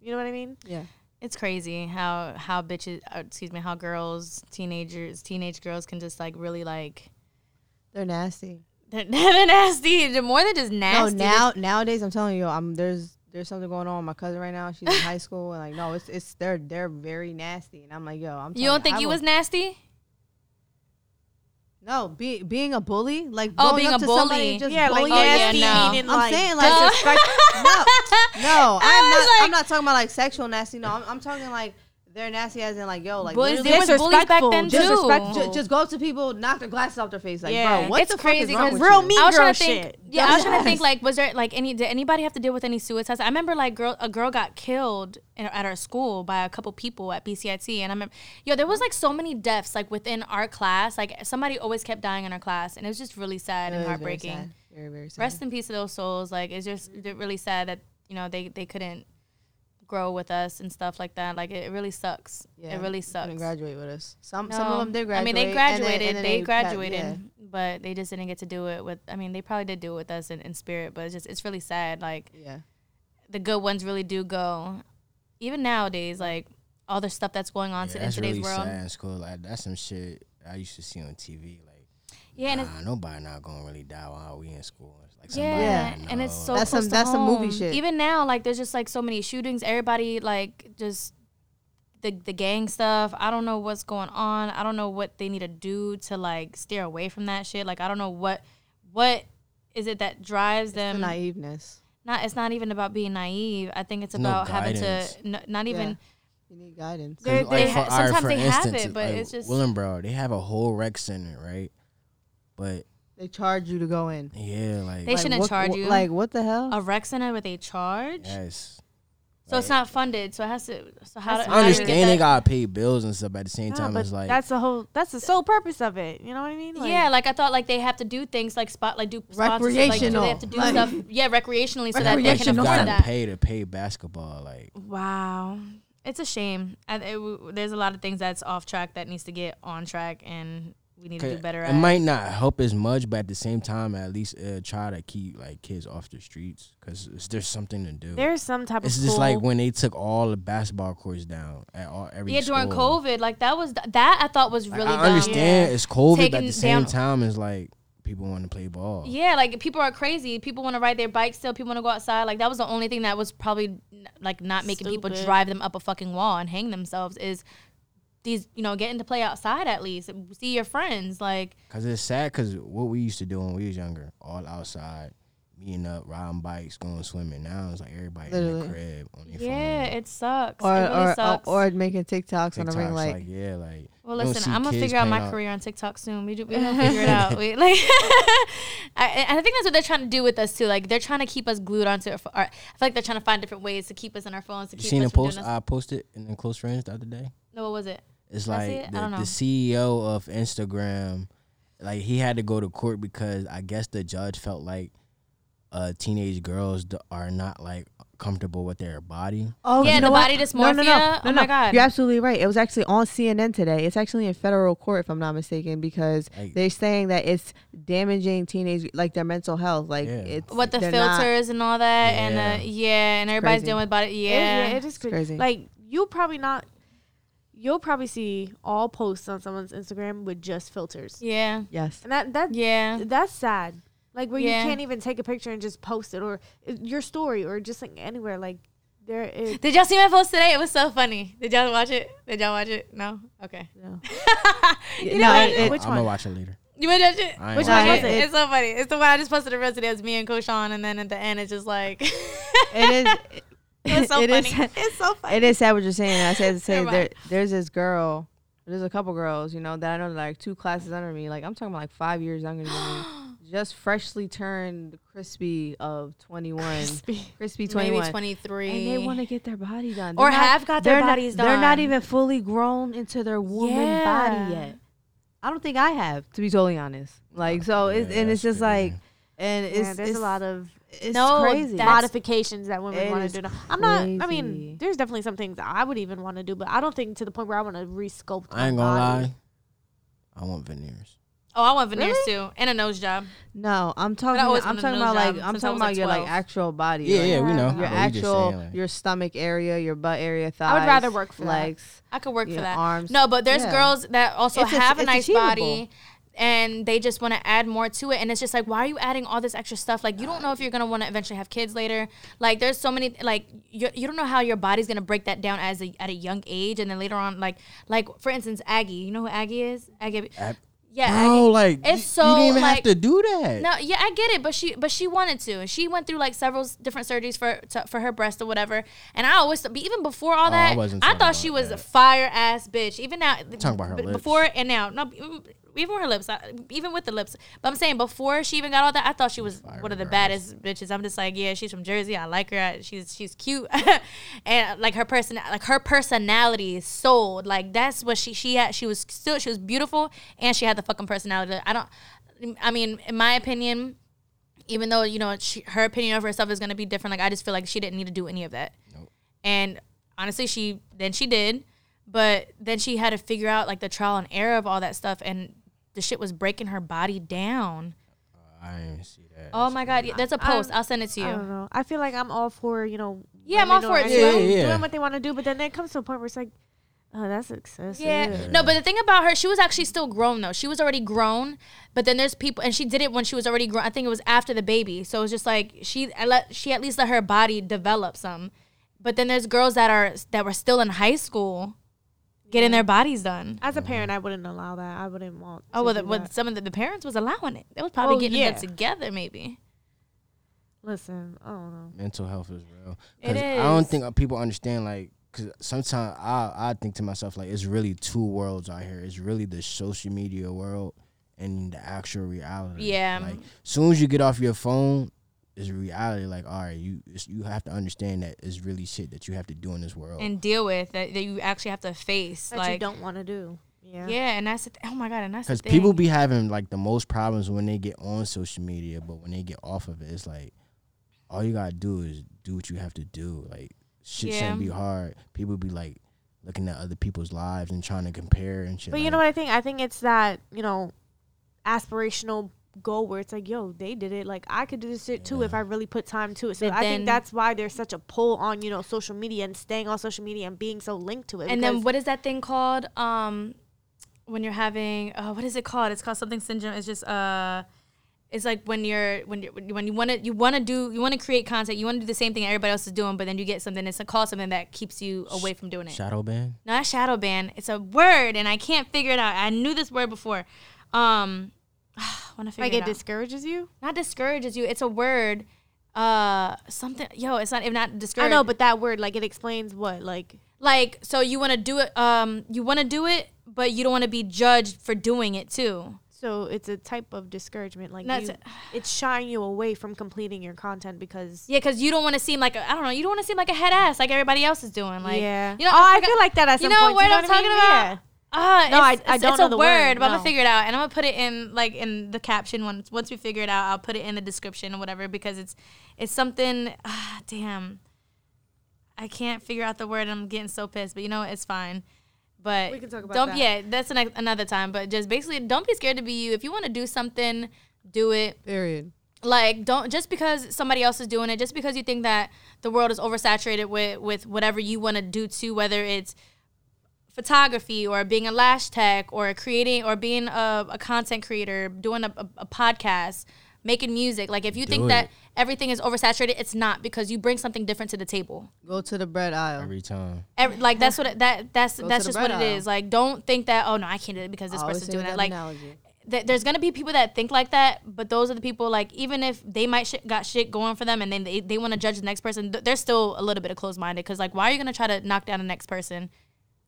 [SPEAKER 2] you know what i mean
[SPEAKER 4] Yeah.
[SPEAKER 1] it's crazy how how bitches, uh, excuse me, how girls, teenagers, teenage girls can just like really like
[SPEAKER 4] They're nasty.
[SPEAKER 1] they're, they're nasty. They're more than just
[SPEAKER 4] No,
[SPEAKER 1] nasty.
[SPEAKER 4] now nowadays I'm telling you, I'm there's there's something going on with my cousin right now. She's in high school and like no, it's it's they're they're very nasty and I'm like, yo, I'm
[SPEAKER 1] you
[SPEAKER 4] telling
[SPEAKER 1] don't think
[SPEAKER 4] I
[SPEAKER 1] you
[SPEAKER 4] will-
[SPEAKER 1] was nasty?
[SPEAKER 4] No, be, being a bully, like
[SPEAKER 1] Oh,
[SPEAKER 4] going
[SPEAKER 1] being
[SPEAKER 4] up
[SPEAKER 1] a
[SPEAKER 4] to somebody
[SPEAKER 1] bully.
[SPEAKER 4] and just
[SPEAKER 2] yeah like
[SPEAKER 4] bullying
[SPEAKER 1] oh, yeah,
[SPEAKER 2] nasty
[SPEAKER 1] no.
[SPEAKER 2] meaning
[SPEAKER 4] I'm
[SPEAKER 2] like
[SPEAKER 4] saying like no, no, I'm
[SPEAKER 1] was
[SPEAKER 4] not.
[SPEAKER 1] like-
[SPEAKER 4] I'm not talking about like sexual nasty. No, I'm, I'm talking like they're nasty as in like yo, like
[SPEAKER 1] Boys,
[SPEAKER 4] literally
[SPEAKER 1] there was bullies back
[SPEAKER 2] disrespectful,
[SPEAKER 1] then
[SPEAKER 4] ju-
[SPEAKER 1] too.
[SPEAKER 2] disrespectful.
[SPEAKER 4] just, go up to people, knock their glasses off their face, like
[SPEAKER 2] Yeah.
[SPEAKER 4] bro, what
[SPEAKER 1] It's
[SPEAKER 4] the fuck
[SPEAKER 1] crazy
[SPEAKER 4] is wrong
[SPEAKER 1] 'cause
[SPEAKER 4] with
[SPEAKER 2] real
[SPEAKER 4] you?
[SPEAKER 2] mean
[SPEAKER 1] I was
[SPEAKER 2] girl
[SPEAKER 1] trying to think.
[SPEAKER 2] shit
[SPEAKER 1] Yeah, I was trying to think. Like, was there like any? Did anybody have to deal with any suicides? I remember like girl, a girl got killed in, at our school by a couple people at BCIT, and I remember, yo, there was like so many deaths like within our class. Like somebody always kept dying in our class, and it was just really sad
[SPEAKER 4] It was
[SPEAKER 1] and
[SPEAKER 4] very
[SPEAKER 1] heartbreaking.
[SPEAKER 4] sad. Very, very sad.
[SPEAKER 1] Rest in peace to those souls. Like it's just they're really sad that you know they they couldn't grow with us and stuff like that. Like it, it really sucks. It really sucks.
[SPEAKER 4] Didn't graduate with us. Some some of
[SPEAKER 1] No.
[SPEAKER 4] them did graduate.
[SPEAKER 1] I mean, they
[SPEAKER 4] and then- and
[SPEAKER 1] graduated.
[SPEAKER 4] then
[SPEAKER 1] they,
[SPEAKER 4] pa-
[SPEAKER 1] graduated,
[SPEAKER 4] yeah.
[SPEAKER 1] but they just didn't get to do it with. I mean, they probably did do it with us in, in spirit, but it's just it's really sad. Like
[SPEAKER 4] Yeah.
[SPEAKER 1] the good ones really do go. Even nowadays, like all the stuff that's going on
[SPEAKER 3] Yeah,
[SPEAKER 1] to, in
[SPEAKER 3] that's
[SPEAKER 1] today's
[SPEAKER 3] really
[SPEAKER 1] world.
[SPEAKER 3] sad in school. Like that's some shit I used to see on TV. Like,
[SPEAKER 1] Yeah, and it's,
[SPEAKER 3] nah, nobody not gonna really die while we in school. It's like "Oh." somebody
[SPEAKER 1] yeah,
[SPEAKER 3] I
[SPEAKER 1] and it's so
[SPEAKER 3] know.
[SPEAKER 4] That's
[SPEAKER 1] close
[SPEAKER 4] some-
[SPEAKER 1] to
[SPEAKER 4] that's some movie
[SPEAKER 1] home.
[SPEAKER 4] shit.
[SPEAKER 1] Even now, like there's just like so many shootings. Everybody like just the the gang stuff. I don't know what's going on. I don't know what they need to do to like steer away from that shit. Like I don't know what what is it that drives
[SPEAKER 4] The
[SPEAKER 1] them.
[SPEAKER 4] naiveness.
[SPEAKER 1] not it's not even about being naive. I think it's
[SPEAKER 3] No
[SPEAKER 1] about having to
[SPEAKER 3] guidance.
[SPEAKER 1] n- not even.
[SPEAKER 4] Yeah. You need guidance.
[SPEAKER 1] They're-
[SPEAKER 3] Cause,
[SPEAKER 1] they
[SPEAKER 3] for-
[SPEAKER 1] ha-
[SPEAKER 3] all right,
[SPEAKER 1] sometimes
[SPEAKER 3] for
[SPEAKER 1] they have
[SPEAKER 3] instance,
[SPEAKER 1] it, but
[SPEAKER 3] like,
[SPEAKER 1] it's just-
[SPEAKER 3] Willenboro. They have a whole rec center, right? But
[SPEAKER 4] They charge you to go in.
[SPEAKER 3] yeah, like
[SPEAKER 1] They
[SPEAKER 4] Like,
[SPEAKER 1] shouldn't
[SPEAKER 4] what-
[SPEAKER 1] charge
[SPEAKER 4] what-
[SPEAKER 1] you.
[SPEAKER 4] Like what the hell?
[SPEAKER 1] A rec center with a charge,
[SPEAKER 3] yes.
[SPEAKER 1] so it's not funded. So it has to. So how,
[SPEAKER 2] That's
[SPEAKER 1] do-
[SPEAKER 3] I
[SPEAKER 1] how do you get
[SPEAKER 3] understand they
[SPEAKER 1] that-
[SPEAKER 3] gotta pay bills and stuff. But at the same
[SPEAKER 2] Nah,
[SPEAKER 3] time,
[SPEAKER 2] but
[SPEAKER 3] it's like
[SPEAKER 2] that's the whole that's the sole purpose of it you know what i mean like,
[SPEAKER 1] yeah, like I thought, like they have to do things like spot, like do sponsors, like do they have to do
[SPEAKER 4] Recreational.
[SPEAKER 1] stuff, yeah, recreationally, so that they
[SPEAKER 3] like,
[SPEAKER 1] can
[SPEAKER 3] you
[SPEAKER 1] afford
[SPEAKER 3] gotta
[SPEAKER 1] that.
[SPEAKER 3] pay to pay basketball. Like
[SPEAKER 1] Wow, it's a shame. I, it, w- there's a lot of things that's off track that needs to get on track, and we need to do better
[SPEAKER 3] it
[SPEAKER 1] at.
[SPEAKER 3] might not help as much, but at the same time, at least uh, try to keep like kids off the streets because there's something to do.
[SPEAKER 2] there's some type
[SPEAKER 3] it's
[SPEAKER 2] of
[SPEAKER 3] just
[SPEAKER 2] school-
[SPEAKER 3] like when they took all the basketball courts down at all every
[SPEAKER 1] yeah, during
[SPEAKER 3] school.
[SPEAKER 1] COVID, like that was that I thought was
[SPEAKER 3] Like,
[SPEAKER 1] really.
[SPEAKER 3] I
[SPEAKER 1] dumb.
[SPEAKER 3] understand it's COVID, but at
[SPEAKER 1] Taking
[SPEAKER 3] the same
[SPEAKER 1] down-
[SPEAKER 3] time, it's like people want to play ball.
[SPEAKER 1] Yeah, like people are crazy. People want to ride their bikes still. People want to go outside. Like that was the only thing that was probably n- like not making people
[SPEAKER 2] Stupid.
[SPEAKER 1] drive them up a fucking wall and hang themselves is these you know getting to play outside at least see your friends like
[SPEAKER 3] Cause it's sad. Cause what we used to do when we was younger, all outside, meeting up, riding bikes, going swimming. Now it's like everybody in
[SPEAKER 4] Literally.
[SPEAKER 3] the crib on their
[SPEAKER 1] yeah
[SPEAKER 3] phone.
[SPEAKER 1] it sucks
[SPEAKER 4] or
[SPEAKER 1] it really
[SPEAKER 4] or,
[SPEAKER 1] sucks
[SPEAKER 4] or or making TikToks, on the
[SPEAKER 3] TikTok's
[SPEAKER 4] ring
[SPEAKER 3] like,
[SPEAKER 4] light.
[SPEAKER 3] yeah, like
[SPEAKER 1] Well,
[SPEAKER 3] You don't
[SPEAKER 1] listen,
[SPEAKER 3] see
[SPEAKER 1] I'm gonna
[SPEAKER 3] kids
[SPEAKER 1] figure out
[SPEAKER 3] playing
[SPEAKER 1] my
[SPEAKER 3] out-
[SPEAKER 1] career on TikTok soon. We, do, we gonna figure it out. We, like, I, and I think that's what they're trying to do with us too. Like, they're trying to keep us glued onto. Our, I feel like they're trying to find different ways to keep us in our phones. To
[SPEAKER 3] You
[SPEAKER 1] keep
[SPEAKER 3] seen
[SPEAKER 1] us
[SPEAKER 3] the
[SPEAKER 1] from
[SPEAKER 3] post
[SPEAKER 1] doing us-
[SPEAKER 3] I posted in the close friends the other day?
[SPEAKER 1] no, what was it?
[SPEAKER 3] It's
[SPEAKER 1] I
[SPEAKER 3] like
[SPEAKER 1] see it? I
[SPEAKER 3] the,
[SPEAKER 1] don't know.
[SPEAKER 3] the CEO of Instagram, like he had to go to court because I guess the judge felt like uh, teenage girls d- are not like comfortable with their body.
[SPEAKER 5] Oh,
[SPEAKER 1] Yeah,
[SPEAKER 5] you know
[SPEAKER 1] the
[SPEAKER 5] what?
[SPEAKER 1] body
[SPEAKER 5] No,
[SPEAKER 1] dysmorphia.
[SPEAKER 5] no, no,
[SPEAKER 1] oh
[SPEAKER 5] no,
[SPEAKER 1] my
[SPEAKER 5] no.
[SPEAKER 1] god.
[SPEAKER 5] You're absolutely right. It was actually on CNN today. It's actually in federal court, if I'm not mistaken, because
[SPEAKER 3] Like-
[SPEAKER 5] they're saying that it's damaging teenage, like their mental health. Like
[SPEAKER 3] Yeah.
[SPEAKER 5] it's
[SPEAKER 1] what the
[SPEAKER 5] they're not-
[SPEAKER 1] filters and all that,
[SPEAKER 3] Yeah.
[SPEAKER 1] and uh, yeah, and everybody's
[SPEAKER 5] crazy.
[SPEAKER 1] dealing with body.
[SPEAKER 2] It-
[SPEAKER 1] Yeah,
[SPEAKER 2] yeah, it is crazy.
[SPEAKER 5] crazy.
[SPEAKER 2] Like you probably not. You'll probably see all posts on someone's Instagram with just filters,
[SPEAKER 1] yeah,
[SPEAKER 5] yes,
[SPEAKER 2] and that that
[SPEAKER 1] yeah.
[SPEAKER 2] that's sad. Like where
[SPEAKER 1] Yeah.
[SPEAKER 2] you can't even take a picture and just post it, or uh, your story, or just like anywhere. Like there, it,
[SPEAKER 1] Did y'all see my post today? It was so funny. Did y'all watch it? Did y'all watch it? No. Okay.
[SPEAKER 2] no.
[SPEAKER 1] You
[SPEAKER 5] no,
[SPEAKER 1] know what?
[SPEAKER 5] it- it-
[SPEAKER 2] Which
[SPEAKER 3] I'm gonna
[SPEAKER 2] one?
[SPEAKER 3] watch it later.
[SPEAKER 1] You want to watch it?
[SPEAKER 3] I ain't
[SPEAKER 2] Which
[SPEAKER 3] watching
[SPEAKER 2] one
[SPEAKER 1] Nah,
[SPEAKER 2] was
[SPEAKER 1] it-
[SPEAKER 2] it?
[SPEAKER 1] It's so funny. It's the one I just posted the rest of it. It was me and Koshan, and then at the end, it's just like
[SPEAKER 5] it is.
[SPEAKER 1] it was so
[SPEAKER 5] it is-
[SPEAKER 1] funny. it's so funny.
[SPEAKER 5] it is sad what you're saying. I said to say
[SPEAKER 1] Never
[SPEAKER 5] there,
[SPEAKER 1] mind.
[SPEAKER 5] there's this girl, there's a couple girls, you know, that I know that are like two classes under me. Like I'm talking about like five years younger than me. Just freshly turned crispy of 21, crispy, 21,
[SPEAKER 1] Maybe twenty three.
[SPEAKER 5] and they want to get their body done,
[SPEAKER 1] Or
[SPEAKER 5] not-
[SPEAKER 1] have got their
[SPEAKER 5] they're
[SPEAKER 1] bodies
[SPEAKER 5] not, They're not
[SPEAKER 1] done.
[SPEAKER 5] even fully grown into their woman
[SPEAKER 1] Yeah.
[SPEAKER 5] body yet. I don't think I have, to be totally honest. Like so, it's,
[SPEAKER 3] Yeah,
[SPEAKER 5] and it's
[SPEAKER 3] that's
[SPEAKER 5] just
[SPEAKER 3] crazy.
[SPEAKER 5] like, and it's
[SPEAKER 2] Yeah, there's
[SPEAKER 5] it's,
[SPEAKER 2] a lot of
[SPEAKER 5] it's
[SPEAKER 1] No,
[SPEAKER 5] crazy.
[SPEAKER 1] that's-
[SPEAKER 2] modifications that women
[SPEAKER 5] It
[SPEAKER 2] want
[SPEAKER 5] is
[SPEAKER 2] to do. I'm not. I
[SPEAKER 5] crazy.
[SPEAKER 2] mean, there's definitely some things I would even want to do, but I don't think to the point where I want to resculpt.
[SPEAKER 3] I ain't gonna lie. I want veneers.
[SPEAKER 1] Oh, I want veneers too, and a nose job.
[SPEAKER 5] No, I'm talking.
[SPEAKER 1] always
[SPEAKER 5] I'm
[SPEAKER 1] wanted a
[SPEAKER 5] talking
[SPEAKER 1] nose
[SPEAKER 5] about
[SPEAKER 1] job
[SPEAKER 5] like I'm
[SPEAKER 1] since I
[SPEAKER 5] talking
[SPEAKER 1] was,
[SPEAKER 5] about
[SPEAKER 1] like,
[SPEAKER 5] your like
[SPEAKER 1] 12.
[SPEAKER 5] actual body.
[SPEAKER 3] Yeah,
[SPEAKER 5] like,
[SPEAKER 3] yeah, we
[SPEAKER 5] Your
[SPEAKER 2] Your
[SPEAKER 3] know. But we just
[SPEAKER 5] actual,
[SPEAKER 3] saying, like,
[SPEAKER 5] your stomach area, your butt area, thighs.
[SPEAKER 2] I would rather work for that.
[SPEAKER 5] legs,
[SPEAKER 1] I could work
[SPEAKER 5] your
[SPEAKER 1] for that.
[SPEAKER 5] arms.
[SPEAKER 1] No, but there's
[SPEAKER 5] Yeah.
[SPEAKER 1] girls that also
[SPEAKER 5] It's a-
[SPEAKER 1] have a,
[SPEAKER 5] it's
[SPEAKER 1] nice
[SPEAKER 5] achievable.
[SPEAKER 1] body and they just want to add more to it and it's just like why are you adding all this extra stuff like you don't know if you're going to want to eventually have kids later like there's so many like you, you don't know how your body's going to break that down as a, at a young age and then later on like like for instance Aggie you know who Aggie is Aggie
[SPEAKER 3] Ab-
[SPEAKER 1] yeah
[SPEAKER 3] Bro,
[SPEAKER 1] Aggie.
[SPEAKER 3] like
[SPEAKER 1] it's
[SPEAKER 3] you-
[SPEAKER 1] so,
[SPEAKER 3] you didn't even
[SPEAKER 1] like-
[SPEAKER 3] have to do that.
[SPEAKER 1] No, yeah, I get it, but she but she wanted to, and she went through like several s- different surgeries for to, for her breast or whatever. And I always but even before all that,
[SPEAKER 3] Oh, I wasn't
[SPEAKER 1] I,
[SPEAKER 3] talking
[SPEAKER 1] thought she
[SPEAKER 3] about
[SPEAKER 1] was
[SPEAKER 3] that.
[SPEAKER 1] a fire ass bitch. Even now,
[SPEAKER 3] talking about her
[SPEAKER 1] b-
[SPEAKER 3] lips.
[SPEAKER 1] before and now, no, even- even with her lips, I, even with the lips. But I'm saying before she even got all that, I thought she was one of the baddest bitches. I'm just like, yeah, she's from Jersey. I like her. I- She's she's cute, and like her person, like her personality is sold. Like that's what she she had. She was still she was beautiful, and she had the fucking personality. I don't. I mean, in my opinion, even though you know she, her opinion of herself is going to be different, like I just feel like she didn't need to do any of that. And honestly, she then she did, but then she had to figure out like the trial and error of all that stuff, and the shit was breaking her body down.
[SPEAKER 3] I didn't even see that.
[SPEAKER 1] Oh my god, yeah, there's a post. I'll send it to
[SPEAKER 2] I don't
[SPEAKER 1] you.
[SPEAKER 2] know. I feel like I'm all for you know.
[SPEAKER 1] Yeah, I'm all
[SPEAKER 2] women
[SPEAKER 1] for it
[SPEAKER 2] are
[SPEAKER 1] too.
[SPEAKER 2] doing-
[SPEAKER 3] Yeah, yeah, yeah.
[SPEAKER 2] Doing what they want to do, but then it comes to a point where it's like, oh, that's excessive.
[SPEAKER 1] Yeah. No, but the thing about her, she was actually still grown though. She was already grown, but then there's people, and she did it when she was already grown. I think it was after the baby, so it's just like she I let she at least let her body develop some. But then there's girls that are that were still in high school, getting their bodies done.
[SPEAKER 2] As a parent,
[SPEAKER 3] Mm-hmm.
[SPEAKER 2] I wouldn't allow that. I wouldn't want.
[SPEAKER 1] Oh
[SPEAKER 2] to
[SPEAKER 1] well,
[SPEAKER 2] do
[SPEAKER 1] the, well
[SPEAKER 2] that.
[SPEAKER 1] some of the, the parents was allowing it. They was probably
[SPEAKER 2] Oh,
[SPEAKER 1] getting
[SPEAKER 2] yeah.
[SPEAKER 1] it together, maybe.
[SPEAKER 2] Listen, I don't know.
[SPEAKER 3] mental health is real.
[SPEAKER 1] It
[SPEAKER 3] 'Cause I don't
[SPEAKER 1] is.
[SPEAKER 3] think people understand like because sometimes I I think to myself like it's really two worlds out here. It's really the social media world and the actual reality.
[SPEAKER 1] Yeah.
[SPEAKER 3] Like soon as you get off your phone, it's reality. Like all right, you it's, you have to understand that it's really shit that you have to do in this world.
[SPEAKER 1] And deal with that, that you actually have to face.
[SPEAKER 2] That
[SPEAKER 1] like
[SPEAKER 2] you don't want to do. Yeah.
[SPEAKER 1] Yeah, and that's the th- oh my god, and that's the
[SPEAKER 3] Because
[SPEAKER 1] thing.
[SPEAKER 3] people be having like the most problems when they get on social media, but when they get off of it, it's like all you gotta do is do what you have to do. Like shit
[SPEAKER 1] Yeah.
[SPEAKER 3] shouldn't be hard. People be like looking at other people's lives and trying to compare and shit.
[SPEAKER 2] But you
[SPEAKER 3] like-
[SPEAKER 2] know what I think? I think it's that you know, aspirational goal where it's like, yo, they did it. Like I could do this shit too if I really put time to it. So
[SPEAKER 1] But
[SPEAKER 2] I
[SPEAKER 1] then-
[SPEAKER 2] think that's why there's such a pull on you know social media and staying on social media and being so linked to it.
[SPEAKER 1] and then
[SPEAKER 2] because-
[SPEAKER 1] what is that thing called? Um, when you're having uh, what is it called? It's called something syndrome. It's just uh, it's like when you're when you when you want to you want to do you want to create content. You want to do the same thing everybody else is doing, but then you get something. It's called something that keeps you away from doing it.
[SPEAKER 3] Shadow ban?
[SPEAKER 1] not shadow ban. It's a word, and I can't figure it out. I knew this word before. Um, want to figure
[SPEAKER 2] like
[SPEAKER 1] it
[SPEAKER 2] it
[SPEAKER 1] out.
[SPEAKER 2] discourages you.
[SPEAKER 1] not discourages you. It's a word. Uh, something. Yo, it's not. If not discourage.
[SPEAKER 2] I know, but that word like it explains what like
[SPEAKER 1] like so you want to do it um you want to do it but you don't want to be judged for doing it too
[SPEAKER 2] So it's a type of discouragement. Like
[SPEAKER 1] That's
[SPEAKER 2] you,
[SPEAKER 1] it.
[SPEAKER 2] it's shying you away from completing your content because
[SPEAKER 1] yeah because you don't want to seem like I i don't know you don't want to seem like a head ass like everybody else is doing like
[SPEAKER 2] yeah.
[SPEAKER 1] you know
[SPEAKER 2] oh, I,
[SPEAKER 1] forgot-
[SPEAKER 2] feel like that at
[SPEAKER 1] you
[SPEAKER 2] some
[SPEAKER 1] know
[SPEAKER 2] point.
[SPEAKER 1] what
[SPEAKER 2] you know
[SPEAKER 1] I'm
[SPEAKER 2] what I mean?
[SPEAKER 1] talking about?
[SPEAKER 2] Yeah.
[SPEAKER 1] Ah, it's,
[SPEAKER 2] No, I- I
[SPEAKER 1] it's-
[SPEAKER 2] don't
[SPEAKER 1] it's
[SPEAKER 2] know
[SPEAKER 1] a
[SPEAKER 2] the
[SPEAKER 1] word,
[SPEAKER 2] word,
[SPEAKER 1] but I'm
[SPEAKER 2] no.
[SPEAKER 1] gonna figure it out, and I'm gonna put it in like in the caption once once we figure it out. I'll put it in the description or whatever because it's it's something. Ah, damn, I can't figure out the word. I'm getting so pissed, but you know what? it's fine. But
[SPEAKER 2] We can talk about
[SPEAKER 1] don't,
[SPEAKER 2] that.
[SPEAKER 1] Yeah, that's an, another time. But just basically, don't be scared to be you. If you want to do something, do it
[SPEAKER 4] Period.
[SPEAKER 1] like don't just because somebody else is doing it just because you think that the world is oversaturated with with whatever you want to do too whether it's photography or being a lash tech or creating or being a, a content creator doing a, a, a podcast making music like if you think
[SPEAKER 3] Do
[SPEAKER 1] that
[SPEAKER 3] it.
[SPEAKER 1] everything is oversaturated it's not because you bring something different to the table
[SPEAKER 4] Go to the bread aisle.
[SPEAKER 3] every time.
[SPEAKER 1] Every, like that's what it, that that's
[SPEAKER 4] to
[SPEAKER 1] that's
[SPEAKER 4] the
[SPEAKER 1] just what
[SPEAKER 4] bread
[SPEAKER 1] it
[SPEAKER 4] aisle.
[SPEAKER 1] is like don't think that oh no i can't do it because this
[SPEAKER 4] I always
[SPEAKER 1] person's
[SPEAKER 4] say
[SPEAKER 1] doing that
[SPEAKER 4] that
[SPEAKER 1] like
[SPEAKER 4] analogy.
[SPEAKER 1] th- there's gonna be people that think like that, but those are the people like even if they might shit got shit going for them and then they, they want to judge the next person, th- they're still a little bit of closed minded because like why are you gonna try to knock down the next person?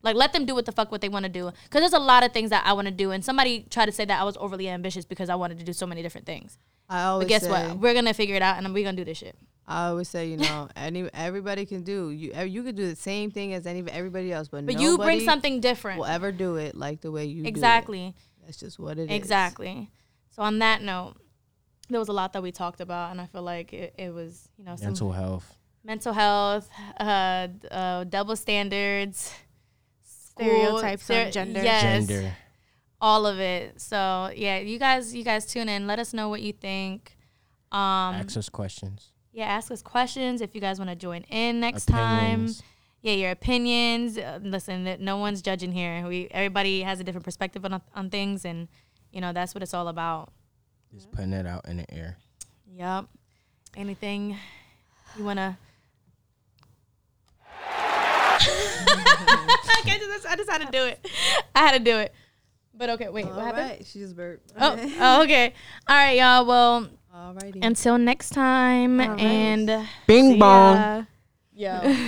[SPEAKER 1] Like let them do what the fuck what they want to do because there's a lot of things that I want to do and somebody tried to say that I was overly ambitious because I wanted to do so many different things.
[SPEAKER 4] I
[SPEAKER 1] But
[SPEAKER 4] always
[SPEAKER 1] guess
[SPEAKER 4] say,
[SPEAKER 1] what? We're gonna figure it out and we're gonna do this shit.
[SPEAKER 4] I always say, you know, any everybody can do you. ev- You could do the same thing as any everybody else, but,
[SPEAKER 1] But you bring
[SPEAKER 4] nobody
[SPEAKER 1] something different.
[SPEAKER 4] Will ever do it like the way you do it.
[SPEAKER 1] exactly.
[SPEAKER 4] That's just what it is.
[SPEAKER 1] Exactly. So on that note, there was a lot that we talked about, and I feel like it, it was you know some
[SPEAKER 3] Mental health.
[SPEAKER 1] mental health, uh, d- uh, double standards, school-
[SPEAKER 2] Stereotypes
[SPEAKER 1] stere-
[SPEAKER 2] on gender.
[SPEAKER 1] yes,
[SPEAKER 3] Gender.
[SPEAKER 1] all of it. So yeah, you guys, you guys tune in. Let us know what you think. Um,
[SPEAKER 3] Ask us questions.
[SPEAKER 1] yeah, ask us questions if you guys want to join in next time.
[SPEAKER 3] Opinions.
[SPEAKER 1] Yeah, your opinions. Uh, listen, th- no one's judging here. We everybody has a different perspective on on things, and you know that's what it's all about.
[SPEAKER 3] Just putting it out in the air.
[SPEAKER 1] Yep. Anything you wanna? I, can't do this. I just had to do it. I had to do it. But okay, wait, what happened?
[SPEAKER 5] She just burped.
[SPEAKER 1] Oh, oh, okay. All right, y'all. Well,
[SPEAKER 4] Alrighty.
[SPEAKER 1] until next time,
[SPEAKER 2] All right.
[SPEAKER 1] and
[SPEAKER 2] See
[SPEAKER 4] Bing bong.
[SPEAKER 2] ya.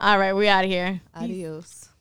[SPEAKER 1] all right, we out of here.
[SPEAKER 4] Adios.